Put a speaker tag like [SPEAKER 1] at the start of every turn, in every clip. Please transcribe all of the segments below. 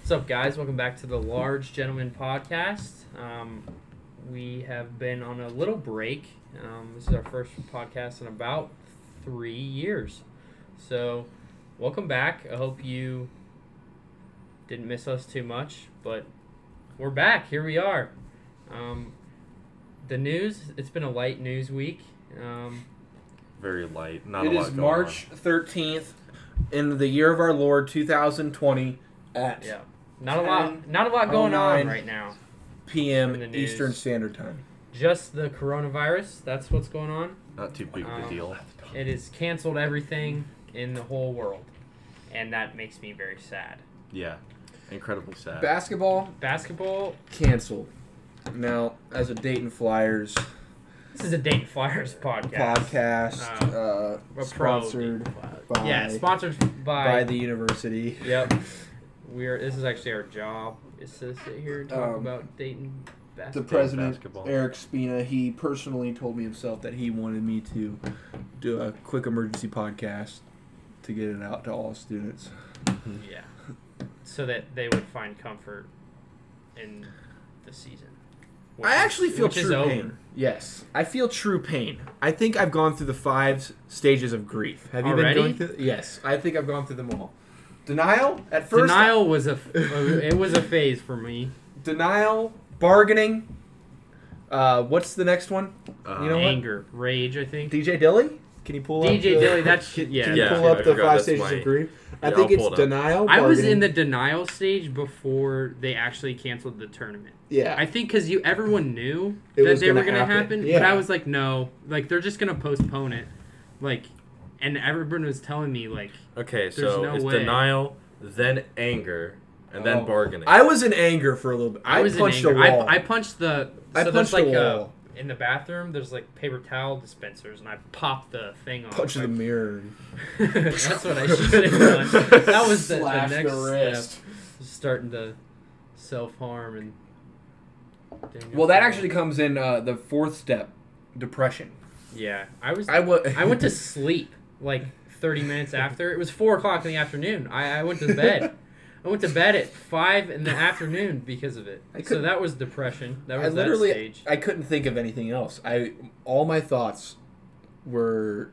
[SPEAKER 1] What's up, guys? Welcome back to the Large Gentleman Podcast. Um, we have been on a little break. Um, this is our first podcast in about three years. So, welcome back. I hope you didn't miss us too much, but we're back. Here we are. Um, the news, it's been a light news week. Um,
[SPEAKER 2] Very light. Not
[SPEAKER 3] It
[SPEAKER 2] a lot
[SPEAKER 3] is
[SPEAKER 2] going
[SPEAKER 3] March 13th in the year of our Lord 2020 at
[SPEAKER 1] yeah. Not a lot not a lot going on
[SPEAKER 3] 10:09.
[SPEAKER 1] right now. In the
[SPEAKER 3] p.m.
[SPEAKER 1] news.
[SPEAKER 3] Eastern Standard Time.
[SPEAKER 1] Just the coronavirus, that's what's going on.
[SPEAKER 2] on. Not too big of
[SPEAKER 1] Um,
[SPEAKER 2] a deal.
[SPEAKER 1] It has canceled everything in the whole world, and that makes me very sad.
[SPEAKER 2] Yeah. Incredibly sad.
[SPEAKER 3] Basketball
[SPEAKER 1] Basketball.
[SPEAKER 3] canceled. Now, as a Dayton Flyers
[SPEAKER 1] This is a Dayton Flyers podcast.
[SPEAKER 3] podcast uh,
[SPEAKER 1] A pro
[SPEAKER 3] sponsored
[SPEAKER 1] Dayton Flyers.
[SPEAKER 3] by,
[SPEAKER 1] yeah, sponsored by.
[SPEAKER 3] by the university.
[SPEAKER 1] Yep. We're. This is actually our job. Is to sit here and talk
[SPEAKER 3] Um,
[SPEAKER 1] about Dayton
[SPEAKER 3] The
[SPEAKER 1] basketball.
[SPEAKER 3] president,
[SPEAKER 2] basketball.
[SPEAKER 3] Eric Spina, he personally told me himself that he wanted me to do a quick emergency podcast to get it out to all students.
[SPEAKER 1] yeah. So that they would find comfort in the season. Which
[SPEAKER 3] I
[SPEAKER 1] is-
[SPEAKER 3] actually feel
[SPEAKER 1] which is
[SPEAKER 3] true
[SPEAKER 1] over.
[SPEAKER 3] pain. Yes, I feel true pain. I think I've gone through the five s- stages of grief. Have you
[SPEAKER 1] Already?
[SPEAKER 3] been going through? Yes, I think I've gone through them all. Denial at first.
[SPEAKER 1] Denial was a. it was a phase for me.
[SPEAKER 3] Denial. Bargaining. Uh, what's the next one?
[SPEAKER 2] Uh,
[SPEAKER 3] you know what?
[SPEAKER 1] Anger, rage. I think.
[SPEAKER 3] DJ Dilly. Can you pull up?
[SPEAKER 1] DJ
[SPEAKER 3] the-
[SPEAKER 1] Dilly, that's yeah.
[SPEAKER 3] Can you
[SPEAKER 2] Yeah,
[SPEAKER 3] pull up
[SPEAKER 2] I
[SPEAKER 3] the
[SPEAKER 2] forgot,
[SPEAKER 3] five
[SPEAKER 2] that's
[SPEAKER 3] stages
[SPEAKER 2] my-
[SPEAKER 3] of grief? I
[SPEAKER 2] Yeah,
[SPEAKER 3] think
[SPEAKER 2] I'll
[SPEAKER 3] it's
[SPEAKER 2] pull it up.
[SPEAKER 3] denial.
[SPEAKER 1] I was in the
[SPEAKER 3] bargaining-
[SPEAKER 1] denial stage before they actually canceled the tournament.
[SPEAKER 3] yeah.
[SPEAKER 1] I think because you everyone knew
[SPEAKER 3] It
[SPEAKER 1] that
[SPEAKER 3] was
[SPEAKER 1] they were
[SPEAKER 3] gonna
[SPEAKER 1] gonna happen,
[SPEAKER 3] happen.
[SPEAKER 1] but I
[SPEAKER 3] Yeah.
[SPEAKER 1] was like, no, like they're just gonna postpone it, like, and everyone was telling me like,
[SPEAKER 2] Okay, so
[SPEAKER 1] no
[SPEAKER 2] it's
[SPEAKER 1] way.
[SPEAKER 2] denial, then anger, and
[SPEAKER 3] Oh.
[SPEAKER 2] then bargaining.
[SPEAKER 3] I was in anger for a little bit. I,
[SPEAKER 1] I, was
[SPEAKER 3] punched
[SPEAKER 1] in anger.
[SPEAKER 3] a wall.
[SPEAKER 1] I, I punched the. So
[SPEAKER 3] I
[SPEAKER 1] there's
[SPEAKER 3] punched
[SPEAKER 1] like
[SPEAKER 3] a wall.
[SPEAKER 1] A, in the bathroom. There's like paper towel dispensers, and I popped the thing off.
[SPEAKER 3] punched the mirror.
[SPEAKER 1] That's what I should have done. That was the, the
[SPEAKER 3] Slash
[SPEAKER 1] next
[SPEAKER 3] wrist.
[SPEAKER 1] step. Starting to self harm and. doing
[SPEAKER 3] Well, that
[SPEAKER 1] it.
[SPEAKER 3] actually comes in uh, the fourth step, depression.
[SPEAKER 1] Yeah, I was.
[SPEAKER 3] I wa-
[SPEAKER 1] I went to sleep like 30 minutes after. It was four o'clock in the afternoon. I, I went to bed. I went to bed at five in the afternoon because of it.
[SPEAKER 3] I
[SPEAKER 1] So
[SPEAKER 3] couldn't-
[SPEAKER 1] that was depression. That
[SPEAKER 3] I
[SPEAKER 1] was
[SPEAKER 3] literally,
[SPEAKER 1] that stage.
[SPEAKER 3] I couldn't think of anything else. I all my thoughts were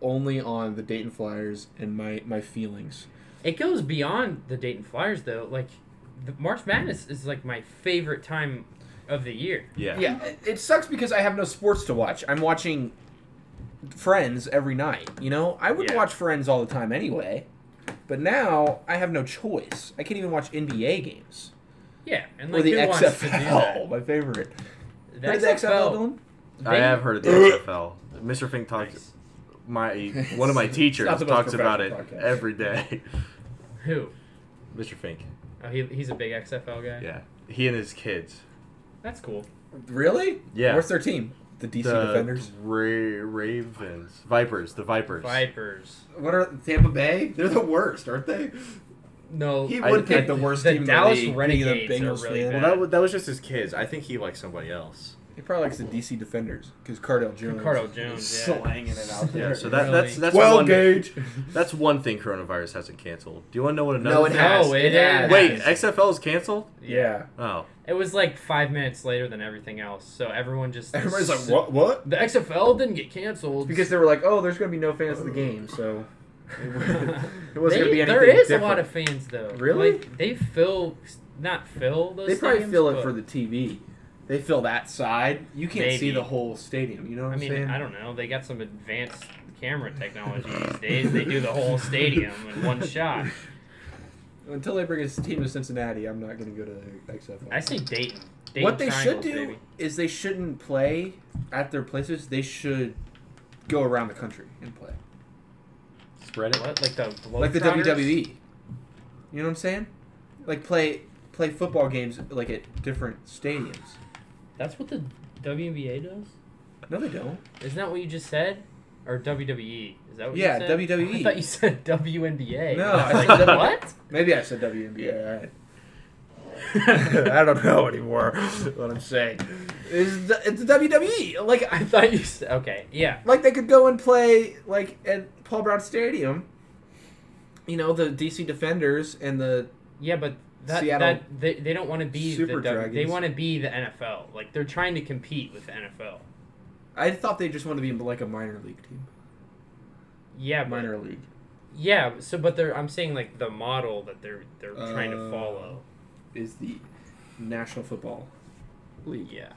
[SPEAKER 3] only on the Dayton Flyers and my my feelings.
[SPEAKER 1] It goes beyond the Dayton Flyers though. Like the March Madness is like my favorite time of the year.
[SPEAKER 2] yeah.
[SPEAKER 3] Yeah, it- it sucks because I have no sports to watch. I'm watching Friends every night. You know, I would
[SPEAKER 1] Yeah.
[SPEAKER 3] watch Friends all the time anyway, but now I have no choice. I can't even watch NBA games
[SPEAKER 1] Yeah, and
[SPEAKER 3] or
[SPEAKER 1] like
[SPEAKER 3] the
[SPEAKER 1] who wants to do
[SPEAKER 3] XFL,
[SPEAKER 1] that?
[SPEAKER 3] my favorite.
[SPEAKER 1] The
[SPEAKER 3] Heard of
[SPEAKER 1] XFL,
[SPEAKER 3] Dylan?
[SPEAKER 2] I
[SPEAKER 1] they-
[SPEAKER 2] have heard of the
[SPEAKER 3] Ugh.
[SPEAKER 2] XFL. Mr. Fink talks.
[SPEAKER 1] Nice.
[SPEAKER 2] My one of my teachers
[SPEAKER 3] Not the most
[SPEAKER 2] talks about it
[SPEAKER 3] professional podcast.
[SPEAKER 2] every day.
[SPEAKER 1] Who?
[SPEAKER 2] Mr. Fink.
[SPEAKER 1] Oh, he, he's a big XFL guy.
[SPEAKER 2] Yeah. He and his kids.
[SPEAKER 1] That's cool.
[SPEAKER 3] Really?
[SPEAKER 2] Yeah.
[SPEAKER 3] What's their team? The DC
[SPEAKER 2] the
[SPEAKER 3] Defenders.
[SPEAKER 2] Ra- Ravens. Vipers. The Vipers.
[SPEAKER 1] Vipers.
[SPEAKER 3] What are Tampa Bay? They're the worst, aren't they?
[SPEAKER 1] No,
[SPEAKER 3] He
[SPEAKER 2] I-
[SPEAKER 3] would
[SPEAKER 2] I-
[SPEAKER 3] pick the worst
[SPEAKER 1] the
[SPEAKER 3] team. in
[SPEAKER 1] Dallas
[SPEAKER 3] the league,
[SPEAKER 1] Renegades
[SPEAKER 3] being a
[SPEAKER 1] are really
[SPEAKER 2] Well,
[SPEAKER 1] bad.
[SPEAKER 2] that, wa- that was just his kids. I think he likes somebody else.
[SPEAKER 3] He probably likes the DC Defenders because Cardell Jones.
[SPEAKER 1] Cardell Jones. Yeah.
[SPEAKER 3] slanging it out
[SPEAKER 2] Yeah,
[SPEAKER 3] there.
[SPEAKER 2] so that,
[SPEAKER 1] Really?
[SPEAKER 2] that's that's
[SPEAKER 3] well,
[SPEAKER 2] one,
[SPEAKER 3] Gage.
[SPEAKER 2] That's one thing coronavirus hasn't canceled. Do you want to know what another?
[SPEAKER 3] No, it
[SPEAKER 2] thing-
[SPEAKER 3] has.
[SPEAKER 1] No,
[SPEAKER 3] it
[SPEAKER 1] it
[SPEAKER 3] has.
[SPEAKER 1] has.
[SPEAKER 2] Wait, XFL is canceled?
[SPEAKER 3] Yeah.
[SPEAKER 2] Oh,
[SPEAKER 1] It was like five minutes later than everything else, so everyone just
[SPEAKER 3] Everybody's like, what? What?
[SPEAKER 1] The XFL didn't get canceled
[SPEAKER 3] Because they were like, oh, there's gonna be no fans of the game, so it wasn't gonna
[SPEAKER 1] They-
[SPEAKER 3] be anything.
[SPEAKER 1] there is
[SPEAKER 3] different.
[SPEAKER 1] a lot of fans though.
[SPEAKER 3] Really?
[SPEAKER 1] Like, they fill not fill those.
[SPEAKER 3] They probably
[SPEAKER 1] stadiums,
[SPEAKER 3] fill
[SPEAKER 1] but-
[SPEAKER 3] it for the TV. They fill that side. You can't see
[SPEAKER 1] Maybe.
[SPEAKER 3] the whole stadium. You know what
[SPEAKER 1] I
[SPEAKER 3] I'm
[SPEAKER 1] mean,
[SPEAKER 3] saying?
[SPEAKER 1] I don't know. They got some advanced camera technology these days. They do the whole stadium in one shot.
[SPEAKER 3] Until they bring his team to Cincinnati, I'm not going to go to XFL.
[SPEAKER 1] I say Dayton. Dayton
[SPEAKER 3] what they should
[SPEAKER 1] Triangles,
[SPEAKER 3] do
[SPEAKER 1] baby.
[SPEAKER 3] is they shouldn't play at their places. They should go around the country and play,
[SPEAKER 2] spread it.
[SPEAKER 1] What? Like the
[SPEAKER 3] like the E.
[SPEAKER 1] Globetrotters?
[SPEAKER 3] WWE. You know what I'm saying? Like play play football games like at different stadiums.
[SPEAKER 1] That's what the WNBA does.
[SPEAKER 3] No, they don't.
[SPEAKER 1] Isn't that what you just said? Or WWE? Is that what
[SPEAKER 3] Yeah,
[SPEAKER 1] you said?
[SPEAKER 3] WWE.
[SPEAKER 1] I thought you said WNBA.
[SPEAKER 3] No,
[SPEAKER 1] I
[SPEAKER 3] I
[SPEAKER 1] was
[SPEAKER 3] said
[SPEAKER 1] like,
[SPEAKER 3] W-
[SPEAKER 1] what?
[SPEAKER 3] Maybe I said WNBA.
[SPEAKER 1] I
[SPEAKER 3] don't know anymore what I'm saying. It's the, it's the WWE. Like I,
[SPEAKER 1] thought you said. Okay, yeah.
[SPEAKER 3] like they could go and play like at Paul Brown Stadium. You know the DC Defenders and the
[SPEAKER 1] Yeah, but that,
[SPEAKER 3] Seattle-
[SPEAKER 1] that they, they don't want to be
[SPEAKER 3] Super
[SPEAKER 1] the W- they
[SPEAKER 3] Dragons.
[SPEAKER 1] want to be the NFL. Like they're trying to compete with the NFL.
[SPEAKER 3] I thought they just wanted to be like a minor league team.
[SPEAKER 1] Yeah, but,
[SPEAKER 3] Minor league.
[SPEAKER 1] yeah. So, but they're I'm saying like the model that they're they're trying to
[SPEAKER 3] Uh,
[SPEAKER 1] follow.
[SPEAKER 3] is the National Football League.
[SPEAKER 1] Yeah,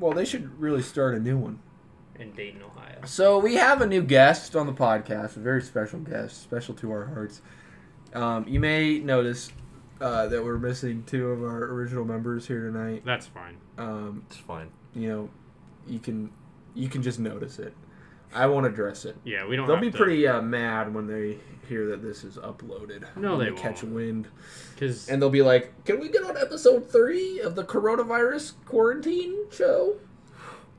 [SPEAKER 3] Well, they should really start a new one.
[SPEAKER 1] in Dayton, Ohio.
[SPEAKER 3] So we have a new guest on the podcast, a very special guest, special to our hearts. Um, you may notice uh, that we're missing two of our original members here tonight.
[SPEAKER 1] That's fine.
[SPEAKER 3] Um,
[SPEAKER 2] It's fine.
[SPEAKER 3] you know, you can you can just notice it. I won't address it.
[SPEAKER 1] Yeah, we don't.
[SPEAKER 3] They'll be pretty uh, mad when they hear that this is uploaded.
[SPEAKER 1] No,
[SPEAKER 3] When
[SPEAKER 1] they
[SPEAKER 3] catch
[SPEAKER 1] won't.
[SPEAKER 3] wind,
[SPEAKER 1] because
[SPEAKER 3] and they'll be like, "Can we get on episode three of the coronavirus quarantine show?"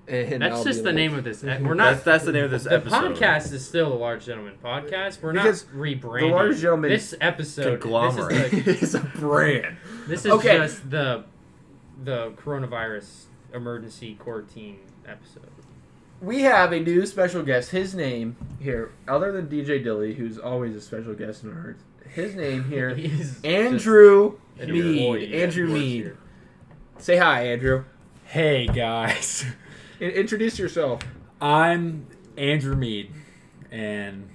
[SPEAKER 3] And
[SPEAKER 1] that's
[SPEAKER 3] I'll
[SPEAKER 1] just
[SPEAKER 3] be
[SPEAKER 1] the
[SPEAKER 3] like-
[SPEAKER 1] name of this. e- We're
[SPEAKER 2] That's,
[SPEAKER 1] not.
[SPEAKER 2] that's the name of this
[SPEAKER 1] The
[SPEAKER 2] episode.
[SPEAKER 1] podcast is still the Large Gentleman Podcast. We're
[SPEAKER 3] Because
[SPEAKER 1] not rebranding.
[SPEAKER 3] Large Gentleman
[SPEAKER 1] This episode. This is,
[SPEAKER 2] conglomerate.
[SPEAKER 1] the,
[SPEAKER 3] it's a brand.
[SPEAKER 1] this is
[SPEAKER 3] Okay.
[SPEAKER 1] just the the coronavirus emergency quarantine episode.
[SPEAKER 3] We have a new special guest. His name here, other than DJ Dilly, who's always a special guest in our hearts. His name here,
[SPEAKER 1] He's
[SPEAKER 3] Andrew
[SPEAKER 1] just an
[SPEAKER 3] Mead.
[SPEAKER 1] employee.
[SPEAKER 3] Andrew
[SPEAKER 1] Works
[SPEAKER 3] Mead.
[SPEAKER 1] here.
[SPEAKER 3] Say hi, Andrew.
[SPEAKER 4] Hey guys,
[SPEAKER 3] And introduce yourself.
[SPEAKER 4] I'm Andrew Mead, and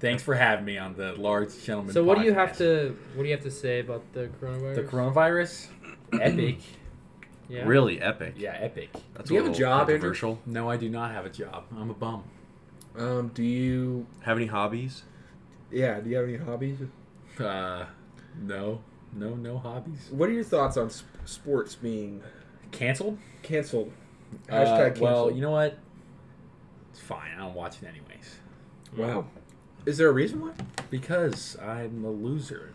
[SPEAKER 4] thanks for having me on the Large Gentleman.
[SPEAKER 1] So what do you have
[SPEAKER 4] Podcast.
[SPEAKER 1] to what do you have to say about the coronavirus?
[SPEAKER 4] The coronavirus, epic.
[SPEAKER 1] yeah.
[SPEAKER 2] Really epic.
[SPEAKER 4] Yeah, epic.
[SPEAKER 2] That's
[SPEAKER 3] Do you have a
[SPEAKER 2] little
[SPEAKER 3] job, Andrew?
[SPEAKER 2] Controversial.
[SPEAKER 4] No, I do not have a job. I'm a bum.
[SPEAKER 3] Um, do you?
[SPEAKER 2] Have any hobbies?
[SPEAKER 3] Yeah. Do you have any hobbies?
[SPEAKER 4] Uh, no, no, no hobbies.
[SPEAKER 3] What are your thoughts on sp- sports being
[SPEAKER 4] Canceled.
[SPEAKER 3] canceled?
[SPEAKER 4] Uh,
[SPEAKER 3] Hashtag canceled.
[SPEAKER 4] Well, you know what? It's fine. I don't watch it anyways
[SPEAKER 3] wow. Is there a reason why?
[SPEAKER 4] because I'm a loser.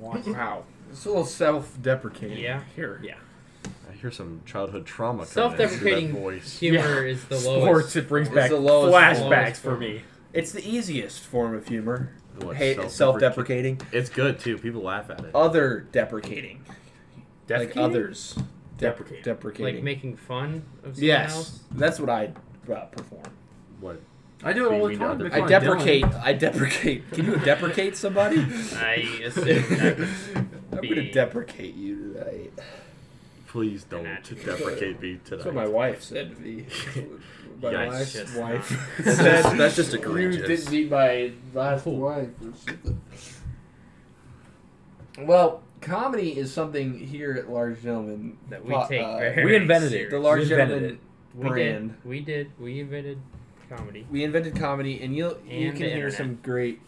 [SPEAKER 4] watch. it.
[SPEAKER 3] Wow. It's a little self-deprecating.
[SPEAKER 1] Yeah.
[SPEAKER 3] Here.
[SPEAKER 4] Yeah.
[SPEAKER 2] I hear some childhood trauma. coming in through
[SPEAKER 1] Self-deprecating
[SPEAKER 2] that voice.
[SPEAKER 1] humor is the
[SPEAKER 4] Sports.
[SPEAKER 1] lowest.
[SPEAKER 4] It brings
[SPEAKER 3] It's
[SPEAKER 4] back
[SPEAKER 3] the lowest-
[SPEAKER 4] flashbacks
[SPEAKER 1] lowest
[SPEAKER 4] for
[SPEAKER 1] form.
[SPEAKER 4] me.
[SPEAKER 3] It's the easiest form of humor.
[SPEAKER 2] What,
[SPEAKER 3] Hey, Oh. it's self-deprecating.
[SPEAKER 2] It's good too. People laugh at it.
[SPEAKER 3] Other deprecating. like
[SPEAKER 4] Defecating?
[SPEAKER 3] others
[SPEAKER 4] Deprecating.
[SPEAKER 3] deprecating.
[SPEAKER 1] Like making fun of someone
[SPEAKER 3] yes,
[SPEAKER 1] else.
[SPEAKER 3] that's what I uh, perform.
[SPEAKER 2] What?
[SPEAKER 4] I do it all
[SPEAKER 2] We
[SPEAKER 4] the
[SPEAKER 2] know
[SPEAKER 4] time.
[SPEAKER 2] that-
[SPEAKER 4] Come
[SPEAKER 3] I
[SPEAKER 4] on, Dylan.
[SPEAKER 3] deprecate. I deprecate. Can you deprecate somebody?
[SPEAKER 1] I assume that would
[SPEAKER 3] I'm gonna
[SPEAKER 1] be-
[SPEAKER 3] deprecate you tonight.
[SPEAKER 2] Please don't
[SPEAKER 1] Imagine.
[SPEAKER 2] deprecate me
[SPEAKER 3] That's
[SPEAKER 2] tonight.
[SPEAKER 3] what my wife said to me. My
[SPEAKER 2] Yikes.
[SPEAKER 3] last
[SPEAKER 1] Just
[SPEAKER 3] wife.
[SPEAKER 2] That's
[SPEAKER 3] said,
[SPEAKER 2] just- that's just
[SPEAKER 3] You
[SPEAKER 2] egregious."
[SPEAKER 3] didn't meet my last wife or something. Well, comedy is something here at Large Gentlemen
[SPEAKER 1] that we
[SPEAKER 3] po-
[SPEAKER 1] take
[SPEAKER 3] uh,
[SPEAKER 1] very
[SPEAKER 4] we invented it.
[SPEAKER 1] serious.
[SPEAKER 3] The large
[SPEAKER 4] We invented
[SPEAKER 3] gentleman
[SPEAKER 1] we
[SPEAKER 3] brand.
[SPEAKER 1] Did, we did. We invented comedy.
[SPEAKER 3] we invented comedy, and you you
[SPEAKER 1] And
[SPEAKER 3] can
[SPEAKER 1] the
[SPEAKER 3] hear
[SPEAKER 1] internet.
[SPEAKER 3] some great.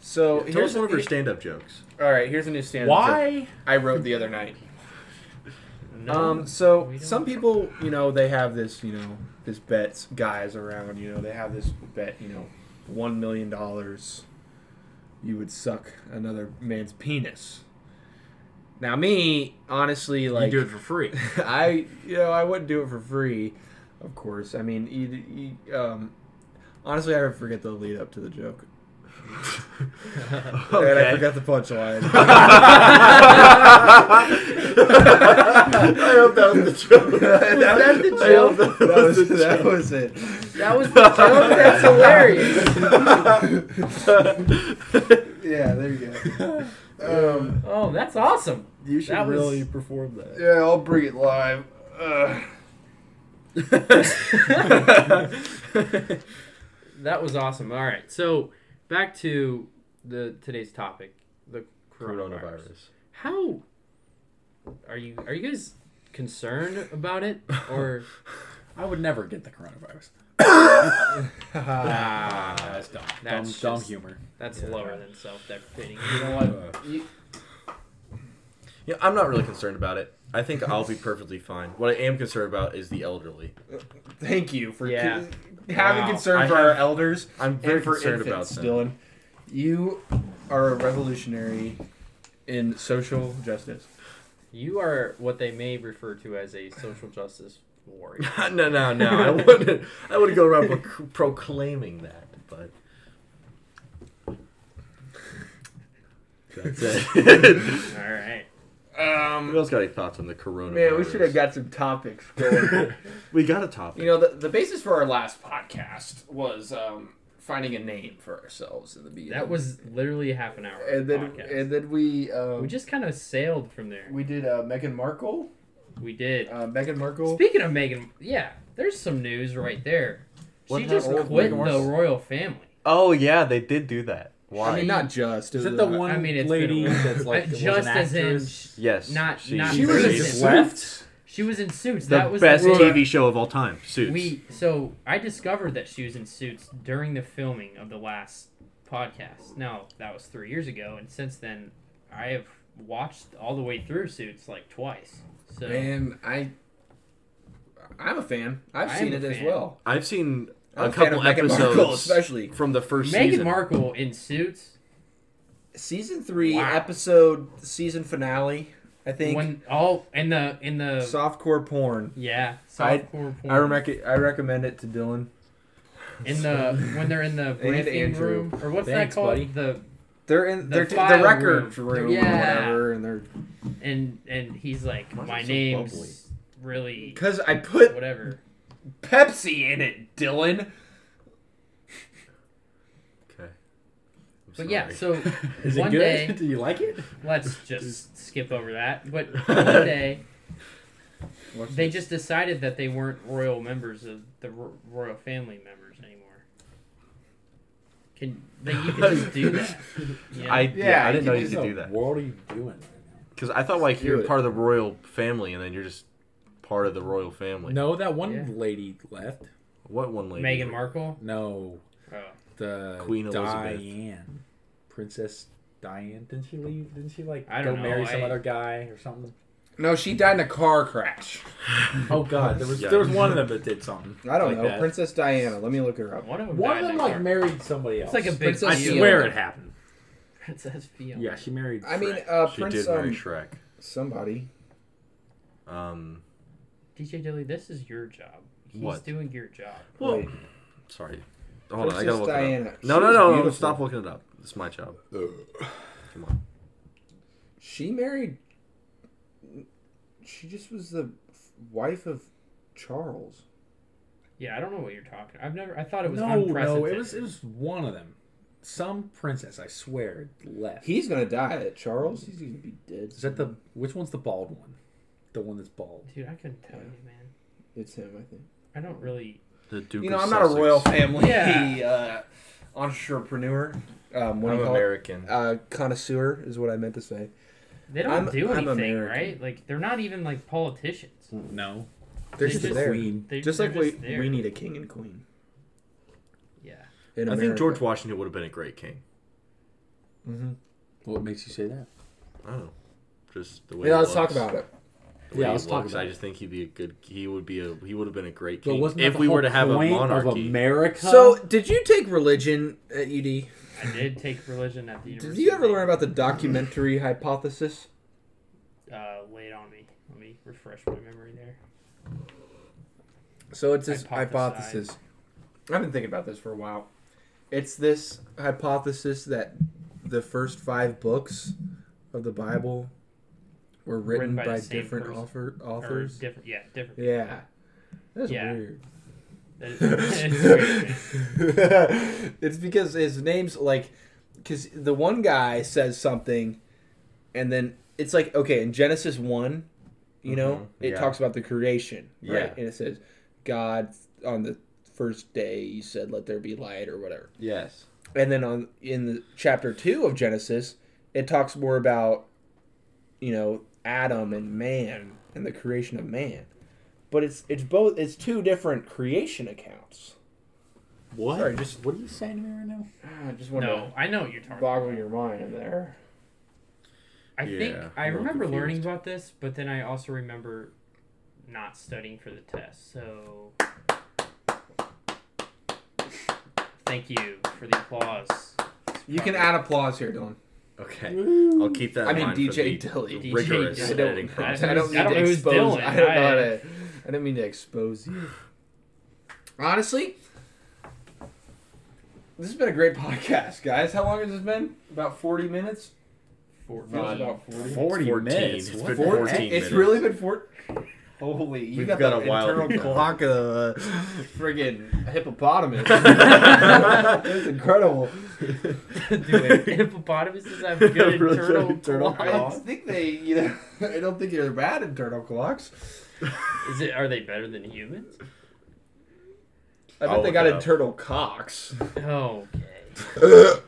[SPEAKER 3] So
[SPEAKER 2] Tell
[SPEAKER 3] here's
[SPEAKER 2] us one of your
[SPEAKER 3] he-
[SPEAKER 2] stand-up jokes.
[SPEAKER 3] All right, here's a new stand.
[SPEAKER 4] Why?
[SPEAKER 3] I wrote the other night.
[SPEAKER 1] No,
[SPEAKER 3] um, so
[SPEAKER 1] we don't.
[SPEAKER 3] some people, you know, they have this, you know, this bets guys around. You know, they have this bet. You know, one million dollars, you would suck another man's penis. Now, me, honestly, like
[SPEAKER 4] you do it for free.
[SPEAKER 3] I you know I wouldn't do it for free, of course. I mean, you, you, um, honestly, I forget the lead up to the joke, and I forgot the punchline.
[SPEAKER 2] I hope that was the joke.
[SPEAKER 3] That was the
[SPEAKER 2] I hope
[SPEAKER 3] joke.
[SPEAKER 2] that was the
[SPEAKER 3] that
[SPEAKER 2] joke.
[SPEAKER 3] was it.
[SPEAKER 1] That was the joke. That's hilarious.
[SPEAKER 3] Yeah, there you go. Um,
[SPEAKER 1] Oh, that's awesome.
[SPEAKER 2] you should
[SPEAKER 1] That was-
[SPEAKER 2] really perform that.
[SPEAKER 3] yeah, I'll bring it live. Uh,
[SPEAKER 1] That was awesome. All right. So back to the today's topic, the coronavirus.
[SPEAKER 2] Coronavirus.
[SPEAKER 1] How are you? Are you guys concerned about it or?
[SPEAKER 4] I would never get the coronavirus. Ah, that's dumb.
[SPEAKER 1] That's
[SPEAKER 4] dumb,
[SPEAKER 1] just-
[SPEAKER 4] dumb humor.
[SPEAKER 1] That's lower than self-deprecating.
[SPEAKER 3] you-
[SPEAKER 2] Yeah, I'm not really concerned about it. I think I'll be perfectly fine. What I am concerned about is the elderly.
[SPEAKER 3] thank you for
[SPEAKER 1] Yeah.
[SPEAKER 3] having
[SPEAKER 4] Wow.
[SPEAKER 3] concern
[SPEAKER 2] I
[SPEAKER 3] for our
[SPEAKER 2] have-
[SPEAKER 3] elders
[SPEAKER 2] I'm
[SPEAKER 3] and
[SPEAKER 2] very
[SPEAKER 3] for
[SPEAKER 2] concerned about
[SPEAKER 3] infants,
[SPEAKER 2] them.
[SPEAKER 3] Dylan. You are a revolutionary in social justice.
[SPEAKER 1] You are what they may refer to as a social justice warrior.
[SPEAKER 2] no, no, no. I wouldn't. I wouldn't go around pro- proclaiming that, but that's it.
[SPEAKER 1] All right.
[SPEAKER 2] Who else got any thoughts on the coronavirus?
[SPEAKER 3] Man, we should have got some topics going.
[SPEAKER 2] We got a topic.
[SPEAKER 3] you know, the, the basis for our last podcast was um, finding a name for ourselves in the beginning.
[SPEAKER 1] That was literally half an hour.
[SPEAKER 3] and then
[SPEAKER 1] podcast.
[SPEAKER 3] and then we um,
[SPEAKER 1] we
[SPEAKER 3] we, just,
[SPEAKER 1] just kind of sailed from there.
[SPEAKER 3] we did uh, Meghan Markle.
[SPEAKER 1] We did.
[SPEAKER 3] Uh, Meghan Markle.
[SPEAKER 1] Speaking of Megan, yeah, there's some news right there.
[SPEAKER 5] What
[SPEAKER 1] she just
[SPEAKER 5] happened with
[SPEAKER 1] quit
[SPEAKER 5] Meghan
[SPEAKER 1] the
[SPEAKER 5] Markle?
[SPEAKER 1] royal family.
[SPEAKER 5] Oh yeah, they did do that. Why?
[SPEAKER 3] I mean, not just. uh,
[SPEAKER 4] Is
[SPEAKER 3] it
[SPEAKER 4] it
[SPEAKER 3] was
[SPEAKER 4] the
[SPEAKER 3] a-
[SPEAKER 4] one
[SPEAKER 1] I mean, it's
[SPEAKER 4] lady
[SPEAKER 1] been a while.
[SPEAKER 4] that's like was
[SPEAKER 1] just
[SPEAKER 4] an
[SPEAKER 1] as in
[SPEAKER 4] actress?
[SPEAKER 1] sh-
[SPEAKER 5] yes.
[SPEAKER 1] not-
[SPEAKER 5] she,
[SPEAKER 1] not-
[SPEAKER 3] She was
[SPEAKER 1] She
[SPEAKER 3] just
[SPEAKER 1] just
[SPEAKER 3] left.
[SPEAKER 1] she was in suits.
[SPEAKER 5] the
[SPEAKER 1] that was
[SPEAKER 5] best
[SPEAKER 1] the-
[SPEAKER 5] TV show of all time. Suits.
[SPEAKER 1] We so I discovered that she was in suits during the filming of the last podcast. Now that was three years ago, and since then I have watched all the way through Suits like twice. So
[SPEAKER 3] Man, I. I'm a fan. I've
[SPEAKER 1] I am
[SPEAKER 3] seen
[SPEAKER 1] a
[SPEAKER 3] it as
[SPEAKER 1] fan.
[SPEAKER 3] well.
[SPEAKER 2] I've seen
[SPEAKER 3] I'm
[SPEAKER 2] a
[SPEAKER 3] a fan
[SPEAKER 2] couple
[SPEAKER 3] of Meghan
[SPEAKER 2] episodes,
[SPEAKER 3] Markle, especially.
[SPEAKER 2] from the first
[SPEAKER 1] Meghan
[SPEAKER 2] season.
[SPEAKER 1] Markle in Suits
[SPEAKER 3] Season three,
[SPEAKER 1] Wow.
[SPEAKER 3] episode, season finale. I think
[SPEAKER 1] when all in the in the
[SPEAKER 3] softcore porn.
[SPEAKER 1] yeah
[SPEAKER 3] I-
[SPEAKER 1] softcore porn
[SPEAKER 3] I rec- I recommend it to Dylan.
[SPEAKER 1] in the when they're in the
[SPEAKER 3] And
[SPEAKER 1] briefing
[SPEAKER 3] Andrew.
[SPEAKER 1] room or what's
[SPEAKER 4] Thanks,
[SPEAKER 1] that called
[SPEAKER 4] buddy.
[SPEAKER 1] the
[SPEAKER 3] They're in
[SPEAKER 1] The
[SPEAKER 3] they're t- the
[SPEAKER 1] file
[SPEAKER 3] record
[SPEAKER 1] room.
[SPEAKER 3] room,
[SPEAKER 1] Yeah.
[SPEAKER 3] or whatever, and they're
[SPEAKER 1] and and he's like
[SPEAKER 5] Why is
[SPEAKER 1] my
[SPEAKER 5] it so
[SPEAKER 1] name's
[SPEAKER 5] bubbly?"
[SPEAKER 1] really
[SPEAKER 3] because I put
[SPEAKER 1] whatever
[SPEAKER 3] Pepsi in it, Dylan.
[SPEAKER 2] Okay. I'm
[SPEAKER 1] but yeah
[SPEAKER 2] sorry.
[SPEAKER 1] so
[SPEAKER 4] Is
[SPEAKER 1] one
[SPEAKER 4] it good?
[SPEAKER 1] day
[SPEAKER 4] Do you like it?
[SPEAKER 1] let's just skip over that but one day they just decided that they weren't royal members of the ro- royal family members anymore can they you can just do that you know?
[SPEAKER 2] I yeah,
[SPEAKER 3] Yeah,
[SPEAKER 2] I didn't
[SPEAKER 3] you
[SPEAKER 2] know
[SPEAKER 3] can
[SPEAKER 2] you
[SPEAKER 3] just
[SPEAKER 2] could do
[SPEAKER 4] What
[SPEAKER 2] that
[SPEAKER 4] the world are you doing right now?
[SPEAKER 2] because I thought like
[SPEAKER 3] Do
[SPEAKER 2] you're
[SPEAKER 3] it.
[SPEAKER 2] part of the royal family and then you're just part of the royal family.
[SPEAKER 4] No, that one
[SPEAKER 1] Yeah.
[SPEAKER 4] lady left.
[SPEAKER 2] What one lady?
[SPEAKER 1] Meghan Markle
[SPEAKER 4] No,
[SPEAKER 1] oh.
[SPEAKER 4] the
[SPEAKER 2] Queen Elizabeth.
[SPEAKER 4] Diane, Princess Diane. Didn't she leave? Didn't she like
[SPEAKER 1] I
[SPEAKER 4] go
[SPEAKER 1] don't know,
[SPEAKER 4] marry some
[SPEAKER 1] I-
[SPEAKER 4] other guy or something?
[SPEAKER 3] No, she died in a car crash.
[SPEAKER 4] Oh God, there was
[SPEAKER 2] Yeah.
[SPEAKER 4] there was one of them that did something.
[SPEAKER 3] I don't
[SPEAKER 4] like
[SPEAKER 3] know,
[SPEAKER 4] that.
[SPEAKER 3] Princess Diana. Let me look her up.
[SPEAKER 1] one of them
[SPEAKER 4] One
[SPEAKER 1] died
[SPEAKER 4] of them
[SPEAKER 1] in a
[SPEAKER 4] like
[SPEAKER 1] car-
[SPEAKER 4] married somebody
[SPEAKER 1] it's
[SPEAKER 4] else.
[SPEAKER 1] like a big
[SPEAKER 3] Princess
[SPEAKER 4] I
[SPEAKER 1] deal.
[SPEAKER 4] swear it happened.
[SPEAKER 1] princess Fiona
[SPEAKER 4] Yeah, she married.
[SPEAKER 3] I mean,
[SPEAKER 4] Shrek.
[SPEAKER 3] uh,
[SPEAKER 2] She
[SPEAKER 3] Prince
[SPEAKER 2] did marry
[SPEAKER 3] um,
[SPEAKER 2] Shrek.
[SPEAKER 3] somebody.
[SPEAKER 2] Um,
[SPEAKER 1] DJ Dilly, this is your job. He's
[SPEAKER 2] What?
[SPEAKER 1] doing your job.
[SPEAKER 2] well,
[SPEAKER 3] Wait.
[SPEAKER 2] sorry. Hold on, I
[SPEAKER 3] Princess
[SPEAKER 2] gotta look
[SPEAKER 3] Diana.
[SPEAKER 2] it up.
[SPEAKER 3] She
[SPEAKER 2] No, no,
[SPEAKER 3] was
[SPEAKER 2] no, no,
[SPEAKER 3] beautiful.
[SPEAKER 2] stop looking it up. It's my job. Come on.
[SPEAKER 3] She married. She just was the wife of Charles.
[SPEAKER 1] Yeah, I don't know what you're talking. I've never. I thought it was
[SPEAKER 4] no,
[SPEAKER 1] unprecedented.
[SPEAKER 4] no, it was it was one of them. Some princess, I swear, left.
[SPEAKER 3] He's gonna die. Charles, he's gonna be dead.
[SPEAKER 4] Is that the which one's the bald one? The one that's bald.
[SPEAKER 1] Dude, I couldn't tell you, man.
[SPEAKER 3] It's him, I think.
[SPEAKER 1] I don't really.
[SPEAKER 2] The Duke
[SPEAKER 3] you know,
[SPEAKER 2] of
[SPEAKER 3] I'm not a royal
[SPEAKER 2] Sussex.
[SPEAKER 3] family
[SPEAKER 1] Yeah.
[SPEAKER 3] uh, entrepreneur. Um, what do
[SPEAKER 2] I'm
[SPEAKER 3] you call it?
[SPEAKER 2] American.
[SPEAKER 3] Uh, connoisseur is what I meant to say.
[SPEAKER 1] They don't
[SPEAKER 3] I'm-
[SPEAKER 1] do
[SPEAKER 3] I'm
[SPEAKER 1] anything,
[SPEAKER 3] American.
[SPEAKER 1] right? Like they're not even like politicians.
[SPEAKER 4] No,
[SPEAKER 1] They're
[SPEAKER 3] They're
[SPEAKER 1] just
[SPEAKER 3] just,
[SPEAKER 1] just
[SPEAKER 3] there.
[SPEAKER 4] queen.
[SPEAKER 1] They,
[SPEAKER 3] Just
[SPEAKER 1] they're
[SPEAKER 3] like we,
[SPEAKER 1] there.
[SPEAKER 3] we need a king and queen.
[SPEAKER 1] Yeah.
[SPEAKER 3] In
[SPEAKER 2] I think
[SPEAKER 3] America.
[SPEAKER 2] George Washington would have been a great king.
[SPEAKER 3] Mhm.
[SPEAKER 4] What makes you say that?
[SPEAKER 2] I don't know. Just the way.
[SPEAKER 3] Yeah,
[SPEAKER 2] he
[SPEAKER 3] let's talk
[SPEAKER 2] looks.
[SPEAKER 3] about it.
[SPEAKER 2] The way
[SPEAKER 4] Yeah,
[SPEAKER 2] he
[SPEAKER 4] let's talk
[SPEAKER 2] looks,
[SPEAKER 4] about
[SPEAKER 2] I
[SPEAKER 4] it.
[SPEAKER 2] just think he'd be a good. He would be a. He would have been a great
[SPEAKER 4] But
[SPEAKER 2] king
[SPEAKER 4] wasn't that
[SPEAKER 2] if
[SPEAKER 4] the
[SPEAKER 2] we
[SPEAKER 4] whole
[SPEAKER 2] were to have a
[SPEAKER 4] point of
[SPEAKER 2] monarchy.
[SPEAKER 4] America.
[SPEAKER 3] So, did you take religion at UD?
[SPEAKER 1] I did take religion at the
[SPEAKER 3] Did
[SPEAKER 1] university.
[SPEAKER 3] you ever learn about the documentary hypothesis?
[SPEAKER 1] Uh, lay it on me. Let me refresh my memory there.
[SPEAKER 3] So it's this
[SPEAKER 1] Hypothesize.
[SPEAKER 3] hypothesis. I've been thinking about this for a while. It's this hypothesis that the first five books of the Bible were
[SPEAKER 1] Written
[SPEAKER 3] written,
[SPEAKER 1] by
[SPEAKER 3] by,
[SPEAKER 1] the same
[SPEAKER 3] different
[SPEAKER 1] person.
[SPEAKER 3] author,
[SPEAKER 1] Or
[SPEAKER 3] authors.
[SPEAKER 1] different. Yeah, different.
[SPEAKER 3] yeah. That's
[SPEAKER 1] Yeah.
[SPEAKER 3] weird.
[SPEAKER 1] It- it's weird, man.
[SPEAKER 3] it's because his name's like, because the one guy says something, and then it's like, okay, in Genesis 1, you know,
[SPEAKER 2] Mhm,
[SPEAKER 3] it
[SPEAKER 2] yeah.
[SPEAKER 3] talks about the creation, right?
[SPEAKER 2] Yeah.
[SPEAKER 3] And it says, God, on the first day, you said, let there be light or whatever.
[SPEAKER 2] Yes.
[SPEAKER 3] And then on in the chapter 2 of Genesis, it talks more about, you know, Adam and man and the creation of man. But it's it's both it's two different creation accounts.
[SPEAKER 4] what?
[SPEAKER 3] Sorry, just-
[SPEAKER 4] what are you saying to me right now?
[SPEAKER 3] Ah, I just want to
[SPEAKER 1] No, I know what you're talking. about.
[SPEAKER 3] boggle your mind there.
[SPEAKER 1] I think
[SPEAKER 2] Yeah,
[SPEAKER 1] I
[SPEAKER 2] I'm a little
[SPEAKER 1] remember learning
[SPEAKER 2] confused.
[SPEAKER 1] about this, but then I also remember not studying for the test. So thank you for the applause.
[SPEAKER 3] You can add applause here, Dylan.
[SPEAKER 2] Okay. I'll keep that.
[SPEAKER 3] I
[SPEAKER 2] in
[SPEAKER 3] mean,
[SPEAKER 2] mind for
[SPEAKER 3] DJ
[SPEAKER 2] the
[SPEAKER 3] Dilly.
[SPEAKER 1] DJ
[SPEAKER 2] Rigorous
[SPEAKER 1] Dilly.
[SPEAKER 2] editing
[SPEAKER 1] I
[SPEAKER 2] process.
[SPEAKER 1] I don't mean to expose- I don't
[SPEAKER 3] I don't
[SPEAKER 1] know how to-
[SPEAKER 3] mean to expose you. Honestly, this has been a great podcast, guys. How long has this been? About forty minutes.
[SPEAKER 1] For
[SPEAKER 3] Feels about
[SPEAKER 2] It's
[SPEAKER 3] forty.
[SPEAKER 2] 14. It's been 14
[SPEAKER 3] It's
[SPEAKER 2] minutes.
[SPEAKER 3] really been forty. Holy, you
[SPEAKER 2] We've
[SPEAKER 3] got,
[SPEAKER 2] got
[SPEAKER 3] the
[SPEAKER 2] a wild-
[SPEAKER 3] internal clock of a friggin' hippopotamus. it's incredible.
[SPEAKER 1] Dude, hippopotamuses have good
[SPEAKER 2] Really
[SPEAKER 1] internal,
[SPEAKER 2] good internal
[SPEAKER 1] clocks.
[SPEAKER 3] I think they, you know, I don't think they're bad internal clocks.
[SPEAKER 1] Is it? Are they better than humans?
[SPEAKER 3] I bet
[SPEAKER 2] I'll
[SPEAKER 3] they
[SPEAKER 2] look
[SPEAKER 3] got
[SPEAKER 2] it up.
[SPEAKER 3] internal cocks.
[SPEAKER 1] Okay.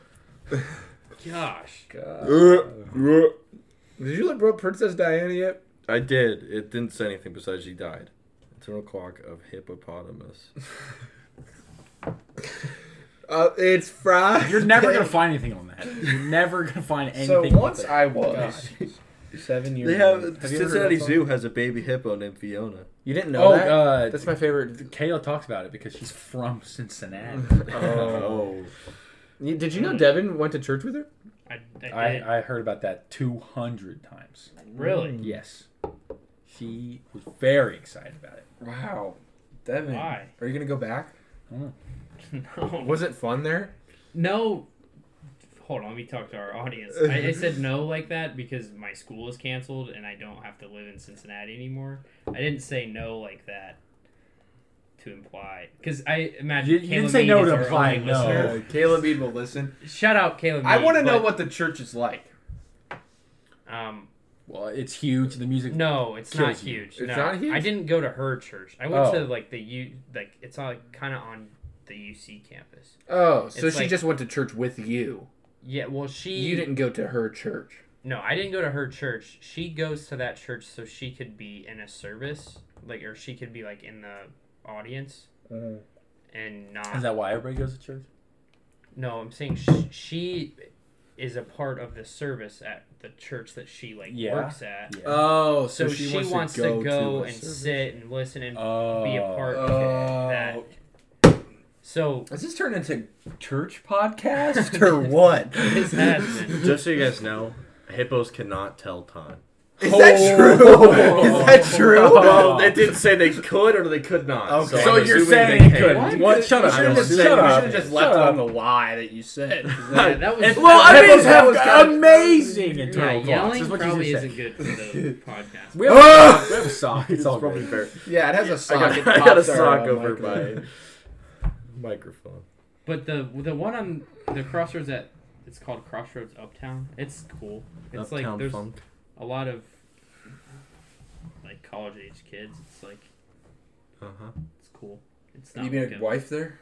[SPEAKER 1] Gosh.
[SPEAKER 3] Uh. Did you look up Princess Diana yet?
[SPEAKER 2] I did. It didn't say anything besides she died. Internal clock of hippopotamus.
[SPEAKER 3] Uh, it's fried.
[SPEAKER 4] You're never gonna find anything on that. You're never gonna find anything.
[SPEAKER 3] So
[SPEAKER 4] with
[SPEAKER 3] once
[SPEAKER 4] it.
[SPEAKER 3] I was seven years.
[SPEAKER 2] They have,
[SPEAKER 3] old- you ever heard
[SPEAKER 2] Cincinnati
[SPEAKER 3] that song?
[SPEAKER 2] Zoo has a baby hippo named Fiona.
[SPEAKER 3] You didn't know
[SPEAKER 4] oh,
[SPEAKER 3] that?
[SPEAKER 4] uh,
[SPEAKER 3] That's my favorite.
[SPEAKER 4] Kayla talks about it because she's from Cincinnati.
[SPEAKER 2] Oh.
[SPEAKER 3] You- Did you know Devin went to church with her?
[SPEAKER 1] I, I, did.
[SPEAKER 4] I, I heard about that 200 times.
[SPEAKER 1] really?
[SPEAKER 4] Yes. She was very excited about it.
[SPEAKER 3] Wow, Devin.
[SPEAKER 1] Why?
[SPEAKER 3] Are you gonna go back?
[SPEAKER 1] No.
[SPEAKER 3] Was it fun there?
[SPEAKER 1] No. Hold on, let me talk to our audience. I, I said no like that because my school is canceled and I don't have to live in Cincinnati anymore. I didn't say no like that to imply because I imagine
[SPEAKER 4] You- you
[SPEAKER 1] Caleb
[SPEAKER 4] didn't say
[SPEAKER 1] Mead
[SPEAKER 4] no
[SPEAKER 1] is
[SPEAKER 4] to
[SPEAKER 1] our
[SPEAKER 4] imply
[SPEAKER 1] only
[SPEAKER 4] no.
[SPEAKER 1] listener.
[SPEAKER 3] Uh, Caleb Eid will listen.
[SPEAKER 1] Shout out Caleb.
[SPEAKER 3] I
[SPEAKER 1] Mead,
[SPEAKER 3] want to know
[SPEAKER 1] but,
[SPEAKER 3] what the church is like.
[SPEAKER 1] Um,
[SPEAKER 4] Well, it's huge. The music.
[SPEAKER 1] no, it's
[SPEAKER 4] Kills
[SPEAKER 1] not
[SPEAKER 4] you.
[SPEAKER 1] huge.
[SPEAKER 3] It's
[SPEAKER 1] no.
[SPEAKER 3] not huge?
[SPEAKER 1] I didn't go to her church. I went
[SPEAKER 4] Oh.
[SPEAKER 1] to like the U, like it's all kind of on the UC campus.
[SPEAKER 3] Oh, so
[SPEAKER 1] It's
[SPEAKER 3] she
[SPEAKER 1] like-
[SPEAKER 3] just went to church with you.
[SPEAKER 1] Yeah, well, she
[SPEAKER 3] You didn't go to her church.
[SPEAKER 1] No, I didn't go to her church. She goes to that church so she could be in a service, like, or she could be like in the audience and not.
[SPEAKER 4] Mm-hmm. Is that why everybody goes to church?
[SPEAKER 1] no, I'm saying she, she is a part of the service at the church that she like
[SPEAKER 4] Yeah.
[SPEAKER 1] works at.
[SPEAKER 4] Yeah.
[SPEAKER 3] Oh,
[SPEAKER 1] So, she, wants, to go, and sit and listen and be a
[SPEAKER 4] Oh.
[SPEAKER 1] part
[SPEAKER 3] Oh.
[SPEAKER 1] of that. So
[SPEAKER 3] Does this turn into church podcast or what?
[SPEAKER 1] this has been.
[SPEAKER 2] Just so you guys know, hippos cannot tell time.
[SPEAKER 3] Is that true? Is that true?
[SPEAKER 1] Oh.
[SPEAKER 2] Well, they did say they could or they could not.
[SPEAKER 3] Oh. Okay.
[SPEAKER 2] I'm
[SPEAKER 4] So you're
[SPEAKER 2] assuming
[SPEAKER 4] saying
[SPEAKER 2] they
[SPEAKER 4] you
[SPEAKER 2] can.
[SPEAKER 4] couldn't.
[SPEAKER 2] What?
[SPEAKER 4] What? Shut up.
[SPEAKER 2] You should've
[SPEAKER 4] Alex.
[SPEAKER 2] just
[SPEAKER 4] Shut
[SPEAKER 2] said- you
[SPEAKER 4] up.
[SPEAKER 2] should've
[SPEAKER 3] just
[SPEAKER 4] Shut
[SPEAKER 3] left
[SPEAKER 4] up.
[SPEAKER 3] on the lie that you said.
[SPEAKER 1] Yeah, that was.
[SPEAKER 4] Well,
[SPEAKER 1] that-
[SPEAKER 4] I mean,
[SPEAKER 3] Hippos have got-
[SPEAKER 4] amazing
[SPEAKER 1] yeah,
[SPEAKER 4] internal clocks. Is
[SPEAKER 1] yelling
[SPEAKER 4] what you
[SPEAKER 1] probably
[SPEAKER 4] just
[SPEAKER 1] isn't
[SPEAKER 4] said.
[SPEAKER 1] good for the podcast.
[SPEAKER 4] We have, a sock. we have a sock. It's
[SPEAKER 2] It's
[SPEAKER 4] all
[SPEAKER 2] probably
[SPEAKER 4] good.
[SPEAKER 2] fair.
[SPEAKER 3] Yeah, it has a
[SPEAKER 2] I
[SPEAKER 3] sock.
[SPEAKER 2] got,
[SPEAKER 3] It
[SPEAKER 2] I got a
[SPEAKER 3] pops our,
[SPEAKER 2] sock
[SPEAKER 3] uh,
[SPEAKER 2] over
[SPEAKER 3] microphone.
[SPEAKER 2] my microphone.
[SPEAKER 1] But the the one on the crossroads at it's called Crossroads Uptown. It's cool. It's like there's a lot of like college age kids. It's like
[SPEAKER 2] Uh huh.
[SPEAKER 1] it's cool. It's
[SPEAKER 3] You
[SPEAKER 1] not.
[SPEAKER 3] mean
[SPEAKER 1] like
[SPEAKER 3] a
[SPEAKER 1] a-
[SPEAKER 3] wife there?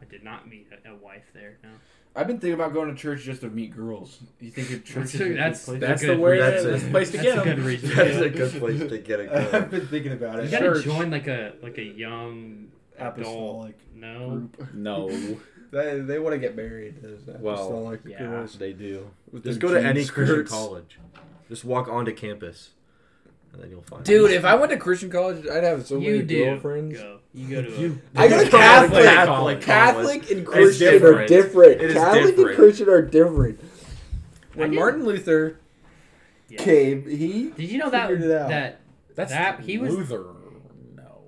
[SPEAKER 1] I did not meet a, a wife there. No.
[SPEAKER 3] I've been thinking about going to church just to meet girls. You think your church
[SPEAKER 1] That's
[SPEAKER 3] is a good
[SPEAKER 1] that's,
[SPEAKER 3] place?
[SPEAKER 4] That's
[SPEAKER 1] a good
[SPEAKER 4] the way.
[SPEAKER 2] That's
[SPEAKER 4] That's,
[SPEAKER 2] it.
[SPEAKER 4] the place to
[SPEAKER 1] That's
[SPEAKER 4] get
[SPEAKER 1] a good
[SPEAKER 4] them.
[SPEAKER 1] reason. to
[SPEAKER 2] That's
[SPEAKER 1] go.
[SPEAKER 2] a good place to get it
[SPEAKER 3] I've
[SPEAKER 2] going.
[SPEAKER 3] been thinking about it.
[SPEAKER 1] You gotta
[SPEAKER 3] Church
[SPEAKER 1] join like a like a young adult.
[SPEAKER 3] apostolic
[SPEAKER 1] No.
[SPEAKER 3] group.
[SPEAKER 4] No.
[SPEAKER 3] They, they want to get married. Those
[SPEAKER 4] Well,
[SPEAKER 3] apostolic
[SPEAKER 4] yeah.
[SPEAKER 3] girls.
[SPEAKER 2] They do.
[SPEAKER 3] with
[SPEAKER 2] Just
[SPEAKER 3] their
[SPEAKER 2] go to
[SPEAKER 3] jean
[SPEAKER 2] any Christian
[SPEAKER 3] skirts.
[SPEAKER 2] college. Just walk onto campus, and then you'll find.
[SPEAKER 3] Dude, if I went to Christian college, I'd have so
[SPEAKER 1] You
[SPEAKER 3] many
[SPEAKER 1] do.
[SPEAKER 3] girlfriends.
[SPEAKER 1] Go. You go to. A,
[SPEAKER 3] I go to Catholic.
[SPEAKER 2] Catholic.
[SPEAKER 3] Catholic and Christian
[SPEAKER 2] different.
[SPEAKER 3] are different.
[SPEAKER 2] It is
[SPEAKER 3] Catholic and
[SPEAKER 2] different.
[SPEAKER 3] Christian are different.
[SPEAKER 1] I
[SPEAKER 3] When
[SPEAKER 1] didn't-
[SPEAKER 3] Martin Luther
[SPEAKER 1] yeah.
[SPEAKER 3] came, he
[SPEAKER 1] Did you know that
[SPEAKER 3] figured it out.
[SPEAKER 1] that
[SPEAKER 4] That's
[SPEAKER 1] That- he was-
[SPEAKER 4] Luther. No,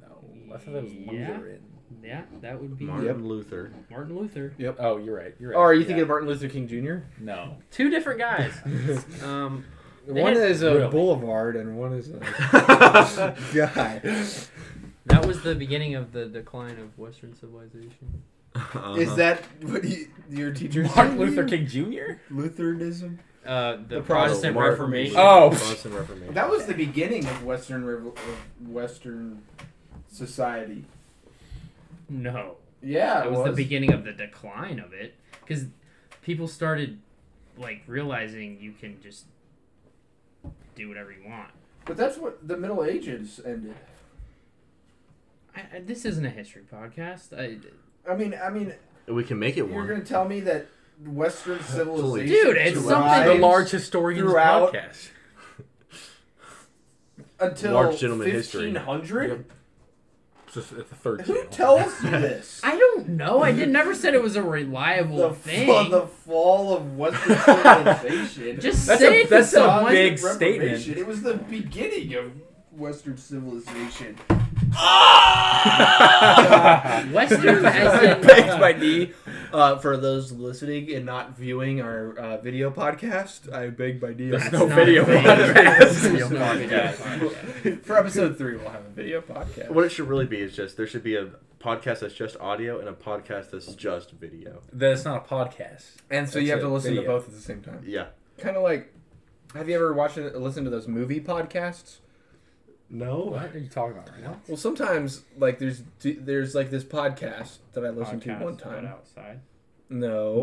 [SPEAKER 4] no. I thought that was
[SPEAKER 1] Yeah.
[SPEAKER 4] Lutheran.
[SPEAKER 1] yeah that would be
[SPEAKER 2] Martin
[SPEAKER 3] Yep.
[SPEAKER 2] Luther.
[SPEAKER 1] Martin Luther.
[SPEAKER 4] Oh, you're right. You're right.
[SPEAKER 3] Oh, are you
[SPEAKER 4] Yeah.
[SPEAKER 3] thinking of Martin Luther King Jr.?
[SPEAKER 4] No.
[SPEAKER 1] Two different guys. um.
[SPEAKER 3] One
[SPEAKER 1] had-
[SPEAKER 3] is a
[SPEAKER 4] Really?
[SPEAKER 3] boulevard and one is a guy.
[SPEAKER 1] That was the beginning of the decline of Western civilization.
[SPEAKER 2] Uh-huh.
[SPEAKER 3] Is that what you, your teacher
[SPEAKER 4] Martin Luther King Jr.
[SPEAKER 3] Lutheranism?
[SPEAKER 1] Uh, the,
[SPEAKER 3] The
[SPEAKER 1] Protestant
[SPEAKER 3] Protestant
[SPEAKER 2] Mar-
[SPEAKER 1] Reformation.
[SPEAKER 4] Oh.
[SPEAKER 2] Protestant Reformation.
[SPEAKER 3] That was the beginning of Western Revo- of Western society.
[SPEAKER 1] No,
[SPEAKER 3] Yeah,
[SPEAKER 1] that
[SPEAKER 3] it
[SPEAKER 1] was,
[SPEAKER 3] was.
[SPEAKER 1] the beginning of the decline of it because people started like realizing you can just do whatever you want.
[SPEAKER 3] but that's what the Middle Ages ended.
[SPEAKER 1] I, I, this isn't a history podcast. I,
[SPEAKER 3] I mean, I mean,
[SPEAKER 2] We can make it
[SPEAKER 3] You're
[SPEAKER 2] one.
[SPEAKER 3] going to tell me that Western civilization,
[SPEAKER 1] Dude, it's something-
[SPEAKER 3] survives
[SPEAKER 4] The large historians
[SPEAKER 3] throughout-
[SPEAKER 4] podcast.
[SPEAKER 3] until
[SPEAKER 2] large gentleman history.
[SPEAKER 3] 1500.
[SPEAKER 4] It's just- it's the third
[SPEAKER 3] Who
[SPEAKER 4] channel.
[SPEAKER 3] tells you this?
[SPEAKER 1] I don't know. I did, never said it was a reliable
[SPEAKER 3] the,
[SPEAKER 1] thing.
[SPEAKER 3] fa- the fall of Western civilization.
[SPEAKER 1] Just
[SPEAKER 4] That's
[SPEAKER 1] say
[SPEAKER 4] a-
[SPEAKER 1] it to
[SPEAKER 4] that's a
[SPEAKER 1] someone.
[SPEAKER 4] big-
[SPEAKER 3] Reparation.
[SPEAKER 4] statement.
[SPEAKER 3] It was the beginning of
[SPEAKER 6] Western civilization.
[SPEAKER 1] Western as
[SPEAKER 3] I
[SPEAKER 1] in
[SPEAKER 3] banged my knee. Uh, for those listening and not viewing our uh, video podcast, I banged my knee.
[SPEAKER 1] That's
[SPEAKER 3] There's no
[SPEAKER 1] not
[SPEAKER 3] video
[SPEAKER 1] a video
[SPEAKER 3] podcast.
[SPEAKER 1] Video podcast.
[SPEAKER 3] for episode three, we'll have a video podcast.
[SPEAKER 2] What it should really be is just there should be a podcast that's just audio and a podcast that's just video.
[SPEAKER 4] That's not a podcast.
[SPEAKER 3] And so
[SPEAKER 4] That's
[SPEAKER 3] you have to
[SPEAKER 4] a
[SPEAKER 3] listen to
[SPEAKER 4] video.
[SPEAKER 3] both at the same time.
[SPEAKER 2] Yeah.
[SPEAKER 3] Kind of like, have you ever watched listened to those movie podcasts?
[SPEAKER 2] No.
[SPEAKER 4] What are you talking about right now?
[SPEAKER 3] Well, sometimes like there's there's like this podcast that I listened to one time.
[SPEAKER 1] outside.
[SPEAKER 3] No,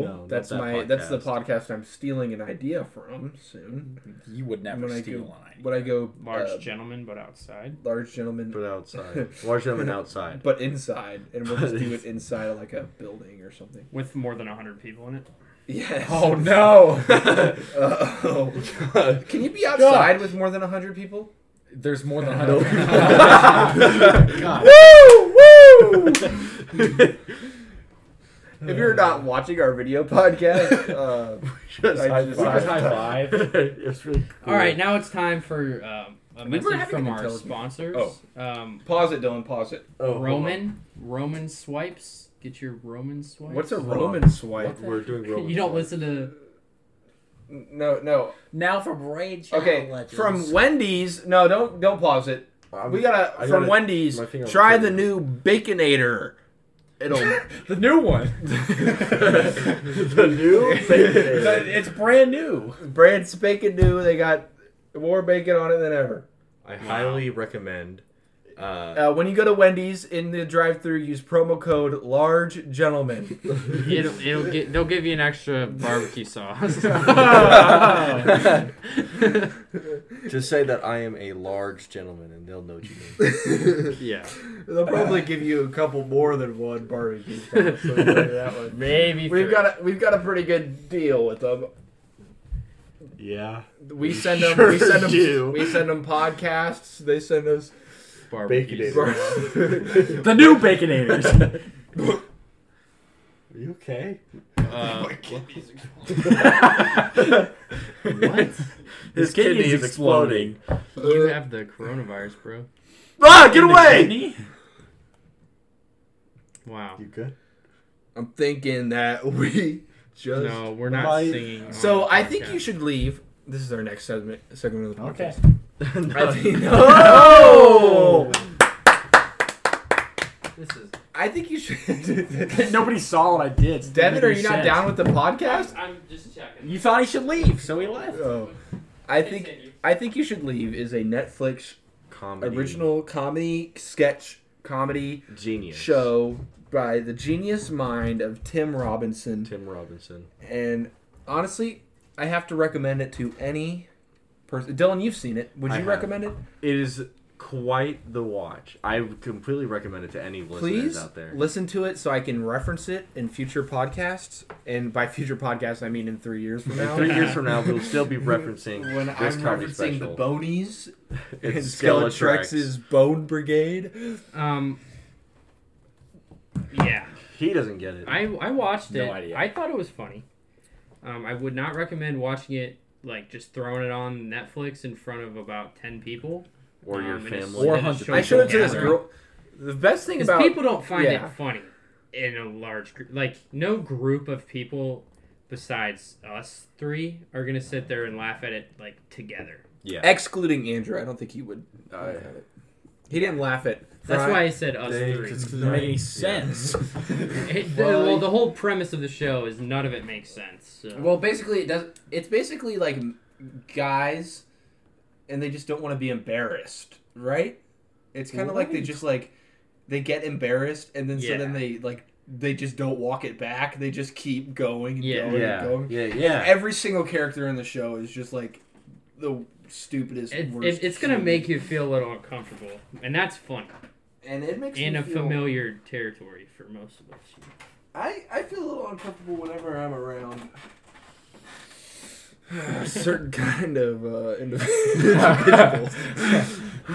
[SPEAKER 2] No, not
[SPEAKER 3] that's
[SPEAKER 2] that
[SPEAKER 3] my
[SPEAKER 2] podcast.
[SPEAKER 3] that's the podcast I'm stealing an idea from soon.
[SPEAKER 4] You would never
[SPEAKER 3] When I
[SPEAKER 4] steal
[SPEAKER 3] do-
[SPEAKER 4] an idea.
[SPEAKER 3] When I go
[SPEAKER 1] Large
[SPEAKER 3] uh,
[SPEAKER 1] gentleman, but outside.
[SPEAKER 3] large gentleman,
[SPEAKER 2] But outside. Watch them and outside.
[SPEAKER 3] but inside, and we'll just do it inside of like a building or something.
[SPEAKER 1] With more than 100 people in it.
[SPEAKER 3] Yes.
[SPEAKER 4] Oh no!
[SPEAKER 3] Uh-oh. Can you be outside with more than hundred people?
[SPEAKER 4] There's more than
[SPEAKER 3] No.
[SPEAKER 4] 100 people. God.
[SPEAKER 3] Woo! if you're not watching our video podcast, uh,
[SPEAKER 2] Just
[SPEAKER 3] I
[SPEAKER 2] high
[SPEAKER 3] just-
[SPEAKER 2] five.
[SPEAKER 4] Just high five.
[SPEAKER 2] it's really cool.
[SPEAKER 1] All right, now it's time for um, a
[SPEAKER 3] We were
[SPEAKER 1] message
[SPEAKER 3] having
[SPEAKER 1] from
[SPEAKER 3] an
[SPEAKER 1] our
[SPEAKER 3] intelligent-
[SPEAKER 1] sponsors.
[SPEAKER 3] Oh.
[SPEAKER 1] Um,
[SPEAKER 3] pause it, Dylan. Pause it.
[SPEAKER 2] Oh, hold on.
[SPEAKER 1] Roman, Roman swipes. Get your Roman swipes.
[SPEAKER 3] What's a
[SPEAKER 2] Hold on.
[SPEAKER 3] Roman swipe?
[SPEAKER 2] What- We're doing Roman.
[SPEAKER 1] You don't
[SPEAKER 2] swipe.
[SPEAKER 1] listen to.
[SPEAKER 3] No, no.
[SPEAKER 4] Now from Rage.
[SPEAKER 3] Okay, from Wendy's. No, don't don't pause it.
[SPEAKER 2] I'm-
[SPEAKER 3] We gotta
[SPEAKER 2] I
[SPEAKER 3] from
[SPEAKER 2] gotta-
[SPEAKER 3] Wendy's.
[SPEAKER 2] my finger on
[SPEAKER 3] Try
[SPEAKER 2] the
[SPEAKER 3] the new Baconator. It'll
[SPEAKER 4] the new one.
[SPEAKER 2] the new
[SPEAKER 4] The-
[SPEAKER 2] thing.
[SPEAKER 4] it's brand new.
[SPEAKER 3] brand spanking new. They got more bacon on it than ever.
[SPEAKER 2] I highly recommend. Uh,
[SPEAKER 3] Uh, when you go to Wendy's in the drive-through, use promo code Large Gentleman.
[SPEAKER 1] It'll, it'll get, they'll give you an extra barbecue sauce.
[SPEAKER 2] just say that I am a large gentleman, and they'll know what you. mean.
[SPEAKER 1] yeah.
[SPEAKER 3] They'll probably give you a couple more than one barbecue. sauce, so enjoy that one.
[SPEAKER 1] Maybe.
[SPEAKER 3] We've
[SPEAKER 1] three.
[SPEAKER 3] got a we've got a pretty good deal with them.
[SPEAKER 5] Yeah.
[SPEAKER 3] We send them we
[SPEAKER 5] sure
[SPEAKER 3] send them
[SPEAKER 5] do.
[SPEAKER 3] we send them podcasts. They send us
[SPEAKER 1] barbecue.
[SPEAKER 2] Baconator.
[SPEAKER 1] sauce.
[SPEAKER 4] The new Baconators.
[SPEAKER 5] Are you okay?
[SPEAKER 1] Uh, what?
[SPEAKER 2] His, kidney, is exploding.
[SPEAKER 1] You have the coronavirus, bro.
[SPEAKER 2] Ah, get
[SPEAKER 4] In the
[SPEAKER 2] away!
[SPEAKER 4] kidney?
[SPEAKER 1] Wow.
[SPEAKER 5] You good?
[SPEAKER 3] I'm thinking that we just
[SPEAKER 1] No, we're not
[SPEAKER 5] My-
[SPEAKER 1] singing. on
[SPEAKER 3] So
[SPEAKER 1] the
[SPEAKER 3] I think
[SPEAKER 1] podcast.
[SPEAKER 3] you should leave. This is our next segment segment of the
[SPEAKER 4] Okay.
[SPEAKER 3] podcast. I think no.
[SPEAKER 1] This is.
[SPEAKER 3] I think you should.
[SPEAKER 4] Nobody saw what I did. so
[SPEAKER 3] Devin,
[SPEAKER 4] it
[SPEAKER 3] are
[SPEAKER 4] didn't
[SPEAKER 3] you
[SPEAKER 4] make
[SPEAKER 3] not
[SPEAKER 4] any
[SPEAKER 3] down
[SPEAKER 4] sense.
[SPEAKER 3] with the podcast?
[SPEAKER 1] I'm just checking.
[SPEAKER 4] You thought he should leave, so he left.
[SPEAKER 3] Oh, I think I think you should leave is a Netflix
[SPEAKER 2] Comedy.
[SPEAKER 3] original comedy sketch comedy
[SPEAKER 2] genius
[SPEAKER 3] show by the genius mind of Tim Robinson.
[SPEAKER 2] Tim Robinson.
[SPEAKER 3] And honestly, I have to recommend it to any person. Dylan, you've seen it. Would
[SPEAKER 2] I
[SPEAKER 3] you
[SPEAKER 2] have.
[SPEAKER 3] recommend it?
[SPEAKER 2] It is quite the watch. I would completely recommend it to any listeners
[SPEAKER 3] Please
[SPEAKER 2] out there.
[SPEAKER 3] listen to it so I can reference it in future podcasts. And by future podcasts, I mean in three years from now.
[SPEAKER 2] In three years from now, we'll still be referencing
[SPEAKER 3] When
[SPEAKER 2] this
[SPEAKER 3] I'm
[SPEAKER 2] comedy
[SPEAKER 3] referencing
[SPEAKER 2] special.
[SPEAKER 3] the Bonies and
[SPEAKER 2] it's Skeletrex's.
[SPEAKER 3] Skeletrex's Bone Brigade.
[SPEAKER 1] Um. Yeah,
[SPEAKER 2] He doesn't get it.
[SPEAKER 1] I I watched
[SPEAKER 4] No
[SPEAKER 1] it.
[SPEAKER 4] idea.
[SPEAKER 1] I thought it was funny. Um, I would not recommend watching it like just throwing it on Netflix in front of about ten people
[SPEAKER 2] or your
[SPEAKER 1] um, and it's-
[SPEAKER 2] family.
[SPEAKER 4] Or
[SPEAKER 1] and it's
[SPEAKER 4] hundred
[SPEAKER 1] showing
[SPEAKER 3] I showed it to this
[SPEAKER 1] camera.
[SPEAKER 3] girl. The best thing
[SPEAKER 1] 'Cause
[SPEAKER 3] about
[SPEAKER 1] people don't find
[SPEAKER 3] yeah.
[SPEAKER 1] it funny in a large group. Like no group of people besides us three are gonna sit there and laugh at it like together.
[SPEAKER 2] yeah.
[SPEAKER 3] excluding Andrew, I don't think he would.
[SPEAKER 2] I-
[SPEAKER 3] have it. He didn't laugh at.
[SPEAKER 1] That's why I said us
[SPEAKER 2] They-
[SPEAKER 1] three.
[SPEAKER 4] It doesn't make any sense.
[SPEAKER 1] It- the-
[SPEAKER 3] Well,
[SPEAKER 1] well, the whole premise of the show is none of it makes sense. So.
[SPEAKER 3] Well, basically, it does. It's basically like guys, and they just don't want to be embarrassed, right? It's kind of like they just like they get embarrassed, and then so then
[SPEAKER 1] Yeah.
[SPEAKER 3] they like they just don't walk it back. They just keep going and
[SPEAKER 1] Yeah.
[SPEAKER 3] going and
[SPEAKER 2] yeah.
[SPEAKER 3] going.
[SPEAKER 2] Yeah. Yeah.
[SPEAKER 3] Every single character in the show is just like the stupidest.
[SPEAKER 1] it,
[SPEAKER 3] worst
[SPEAKER 1] it, it's gonna
[SPEAKER 3] shit.
[SPEAKER 1] make you feel a little uncomfortable, and that's funny
[SPEAKER 3] and it makes
[SPEAKER 1] in
[SPEAKER 3] me
[SPEAKER 1] a
[SPEAKER 3] feel-
[SPEAKER 1] familiar territory for most of us.
[SPEAKER 3] I I feel a little uncomfortable whenever I'm around. A certain kind of uh, individuals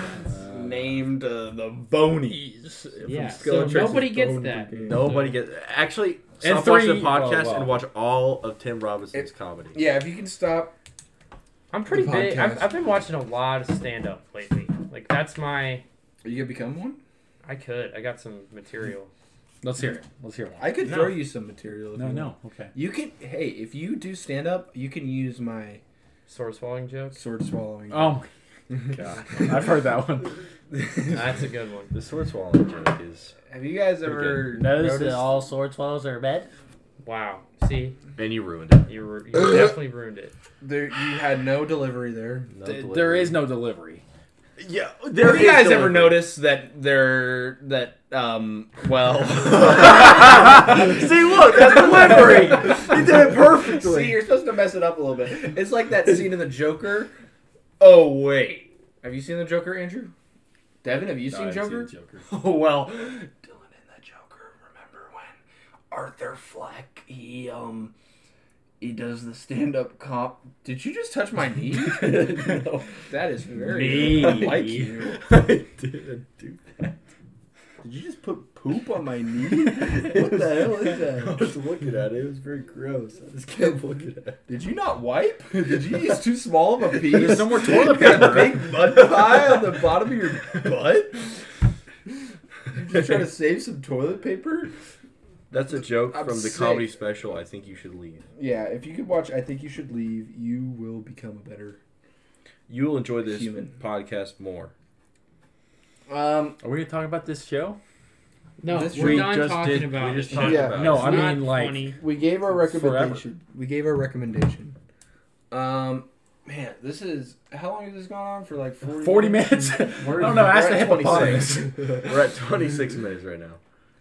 [SPEAKER 3] named uh, the Bonies.
[SPEAKER 1] Yeah, so nobody gets that.
[SPEAKER 2] Nobody gets. Actually, stop
[SPEAKER 4] three-
[SPEAKER 2] watching the podcast
[SPEAKER 4] oh, wow.
[SPEAKER 2] and watch all of Tim Robinson's comedy.
[SPEAKER 3] Yeah, if you can stop.
[SPEAKER 1] I'm pretty
[SPEAKER 3] The
[SPEAKER 1] big. I've,
[SPEAKER 3] podcast.
[SPEAKER 1] I've been watching a lot of stand up lately. Like that's my.
[SPEAKER 6] Are you gonna become one?
[SPEAKER 1] I could. I got some material.
[SPEAKER 4] Let's hear it. Let's hear it.
[SPEAKER 3] I could
[SPEAKER 2] No.
[SPEAKER 3] throw you some material. If
[SPEAKER 4] No,
[SPEAKER 3] you want.
[SPEAKER 4] no. Okay.
[SPEAKER 3] You can. Hey, if you do stand up, you can use my
[SPEAKER 1] Sword swallowing jokes.
[SPEAKER 3] sword swallowing.
[SPEAKER 4] Oh my god. I've heard that one.
[SPEAKER 1] That's a good one.
[SPEAKER 2] The sword swallowing joke is.
[SPEAKER 3] Have you guys
[SPEAKER 2] Pretty
[SPEAKER 3] ever
[SPEAKER 7] Notice that
[SPEAKER 3] noticed-
[SPEAKER 7] all sword swallows are bad.
[SPEAKER 1] Wow. See,
[SPEAKER 2] And you ruined it.
[SPEAKER 1] you, ru- you definitely ruined it.
[SPEAKER 3] there, you had no delivery there?
[SPEAKER 2] No
[SPEAKER 4] Th-
[SPEAKER 2] delivery.
[SPEAKER 4] there is no delivery.
[SPEAKER 2] Yeah. There
[SPEAKER 3] Have you
[SPEAKER 2] is
[SPEAKER 3] guys ever
[SPEAKER 2] delivery.
[SPEAKER 3] noticed that there that um well
[SPEAKER 2] See, look, that's delivery. You did it perfectly.
[SPEAKER 3] See, you're supposed to mess it up a little bit. It's like that scene in the Joker. Oh wait, have you seen the Joker, Andrew? Devin, have you
[SPEAKER 4] No, I
[SPEAKER 3] seen
[SPEAKER 4] haven't
[SPEAKER 3] Joker?
[SPEAKER 4] seen Joker.
[SPEAKER 3] Oh well,
[SPEAKER 6] Dylan in the Joker. Remember when Arthur Fleck he um he does the stand up comp.
[SPEAKER 3] did you just touch my knee?
[SPEAKER 6] no.
[SPEAKER 3] That is very
[SPEAKER 4] Me.
[SPEAKER 3] like you.
[SPEAKER 2] I didn't do that.
[SPEAKER 6] Did you just put poop on my knee? what the hell is
[SPEAKER 2] I
[SPEAKER 6] that?
[SPEAKER 2] was looking at it. It was very gross. I just kept looking at it.
[SPEAKER 3] Did you not wipe? Did you use too small of a piece?
[SPEAKER 4] There's no more
[SPEAKER 3] You
[SPEAKER 4] toilet
[SPEAKER 3] got a
[SPEAKER 4] paper.
[SPEAKER 3] big mud pie on the bottom of your butt.
[SPEAKER 6] You trying to save some toilet paper?
[SPEAKER 2] That's a joke
[SPEAKER 6] I'm
[SPEAKER 2] from the
[SPEAKER 6] sick.
[SPEAKER 2] comedy special. I think you should leave.
[SPEAKER 6] Yeah, if you could watch, I think you should leave. You will become a better.
[SPEAKER 2] You will enjoy this
[SPEAKER 6] Human.
[SPEAKER 2] podcast more.
[SPEAKER 6] Um,
[SPEAKER 4] Are we gonna talk about this show?
[SPEAKER 1] No,
[SPEAKER 6] This
[SPEAKER 1] we're
[SPEAKER 2] we
[SPEAKER 1] done
[SPEAKER 2] just
[SPEAKER 1] talking
[SPEAKER 2] did-
[SPEAKER 1] about.
[SPEAKER 2] we just
[SPEAKER 1] it.
[SPEAKER 2] talked
[SPEAKER 6] Yeah.
[SPEAKER 2] about
[SPEAKER 4] No,
[SPEAKER 1] It's
[SPEAKER 4] I
[SPEAKER 1] not
[SPEAKER 4] mean like
[SPEAKER 1] funny.
[SPEAKER 6] we gave our recommendation.
[SPEAKER 4] Forever.
[SPEAKER 6] We gave our recommendation. Um, man, this is how long has this gone on for? Like forty.
[SPEAKER 4] 40 minutes. I
[SPEAKER 6] We're-
[SPEAKER 4] don't know.
[SPEAKER 6] we're
[SPEAKER 4] Ask the
[SPEAKER 6] at 26.
[SPEAKER 4] hippopotamus.
[SPEAKER 2] We're at 26 minutes right now.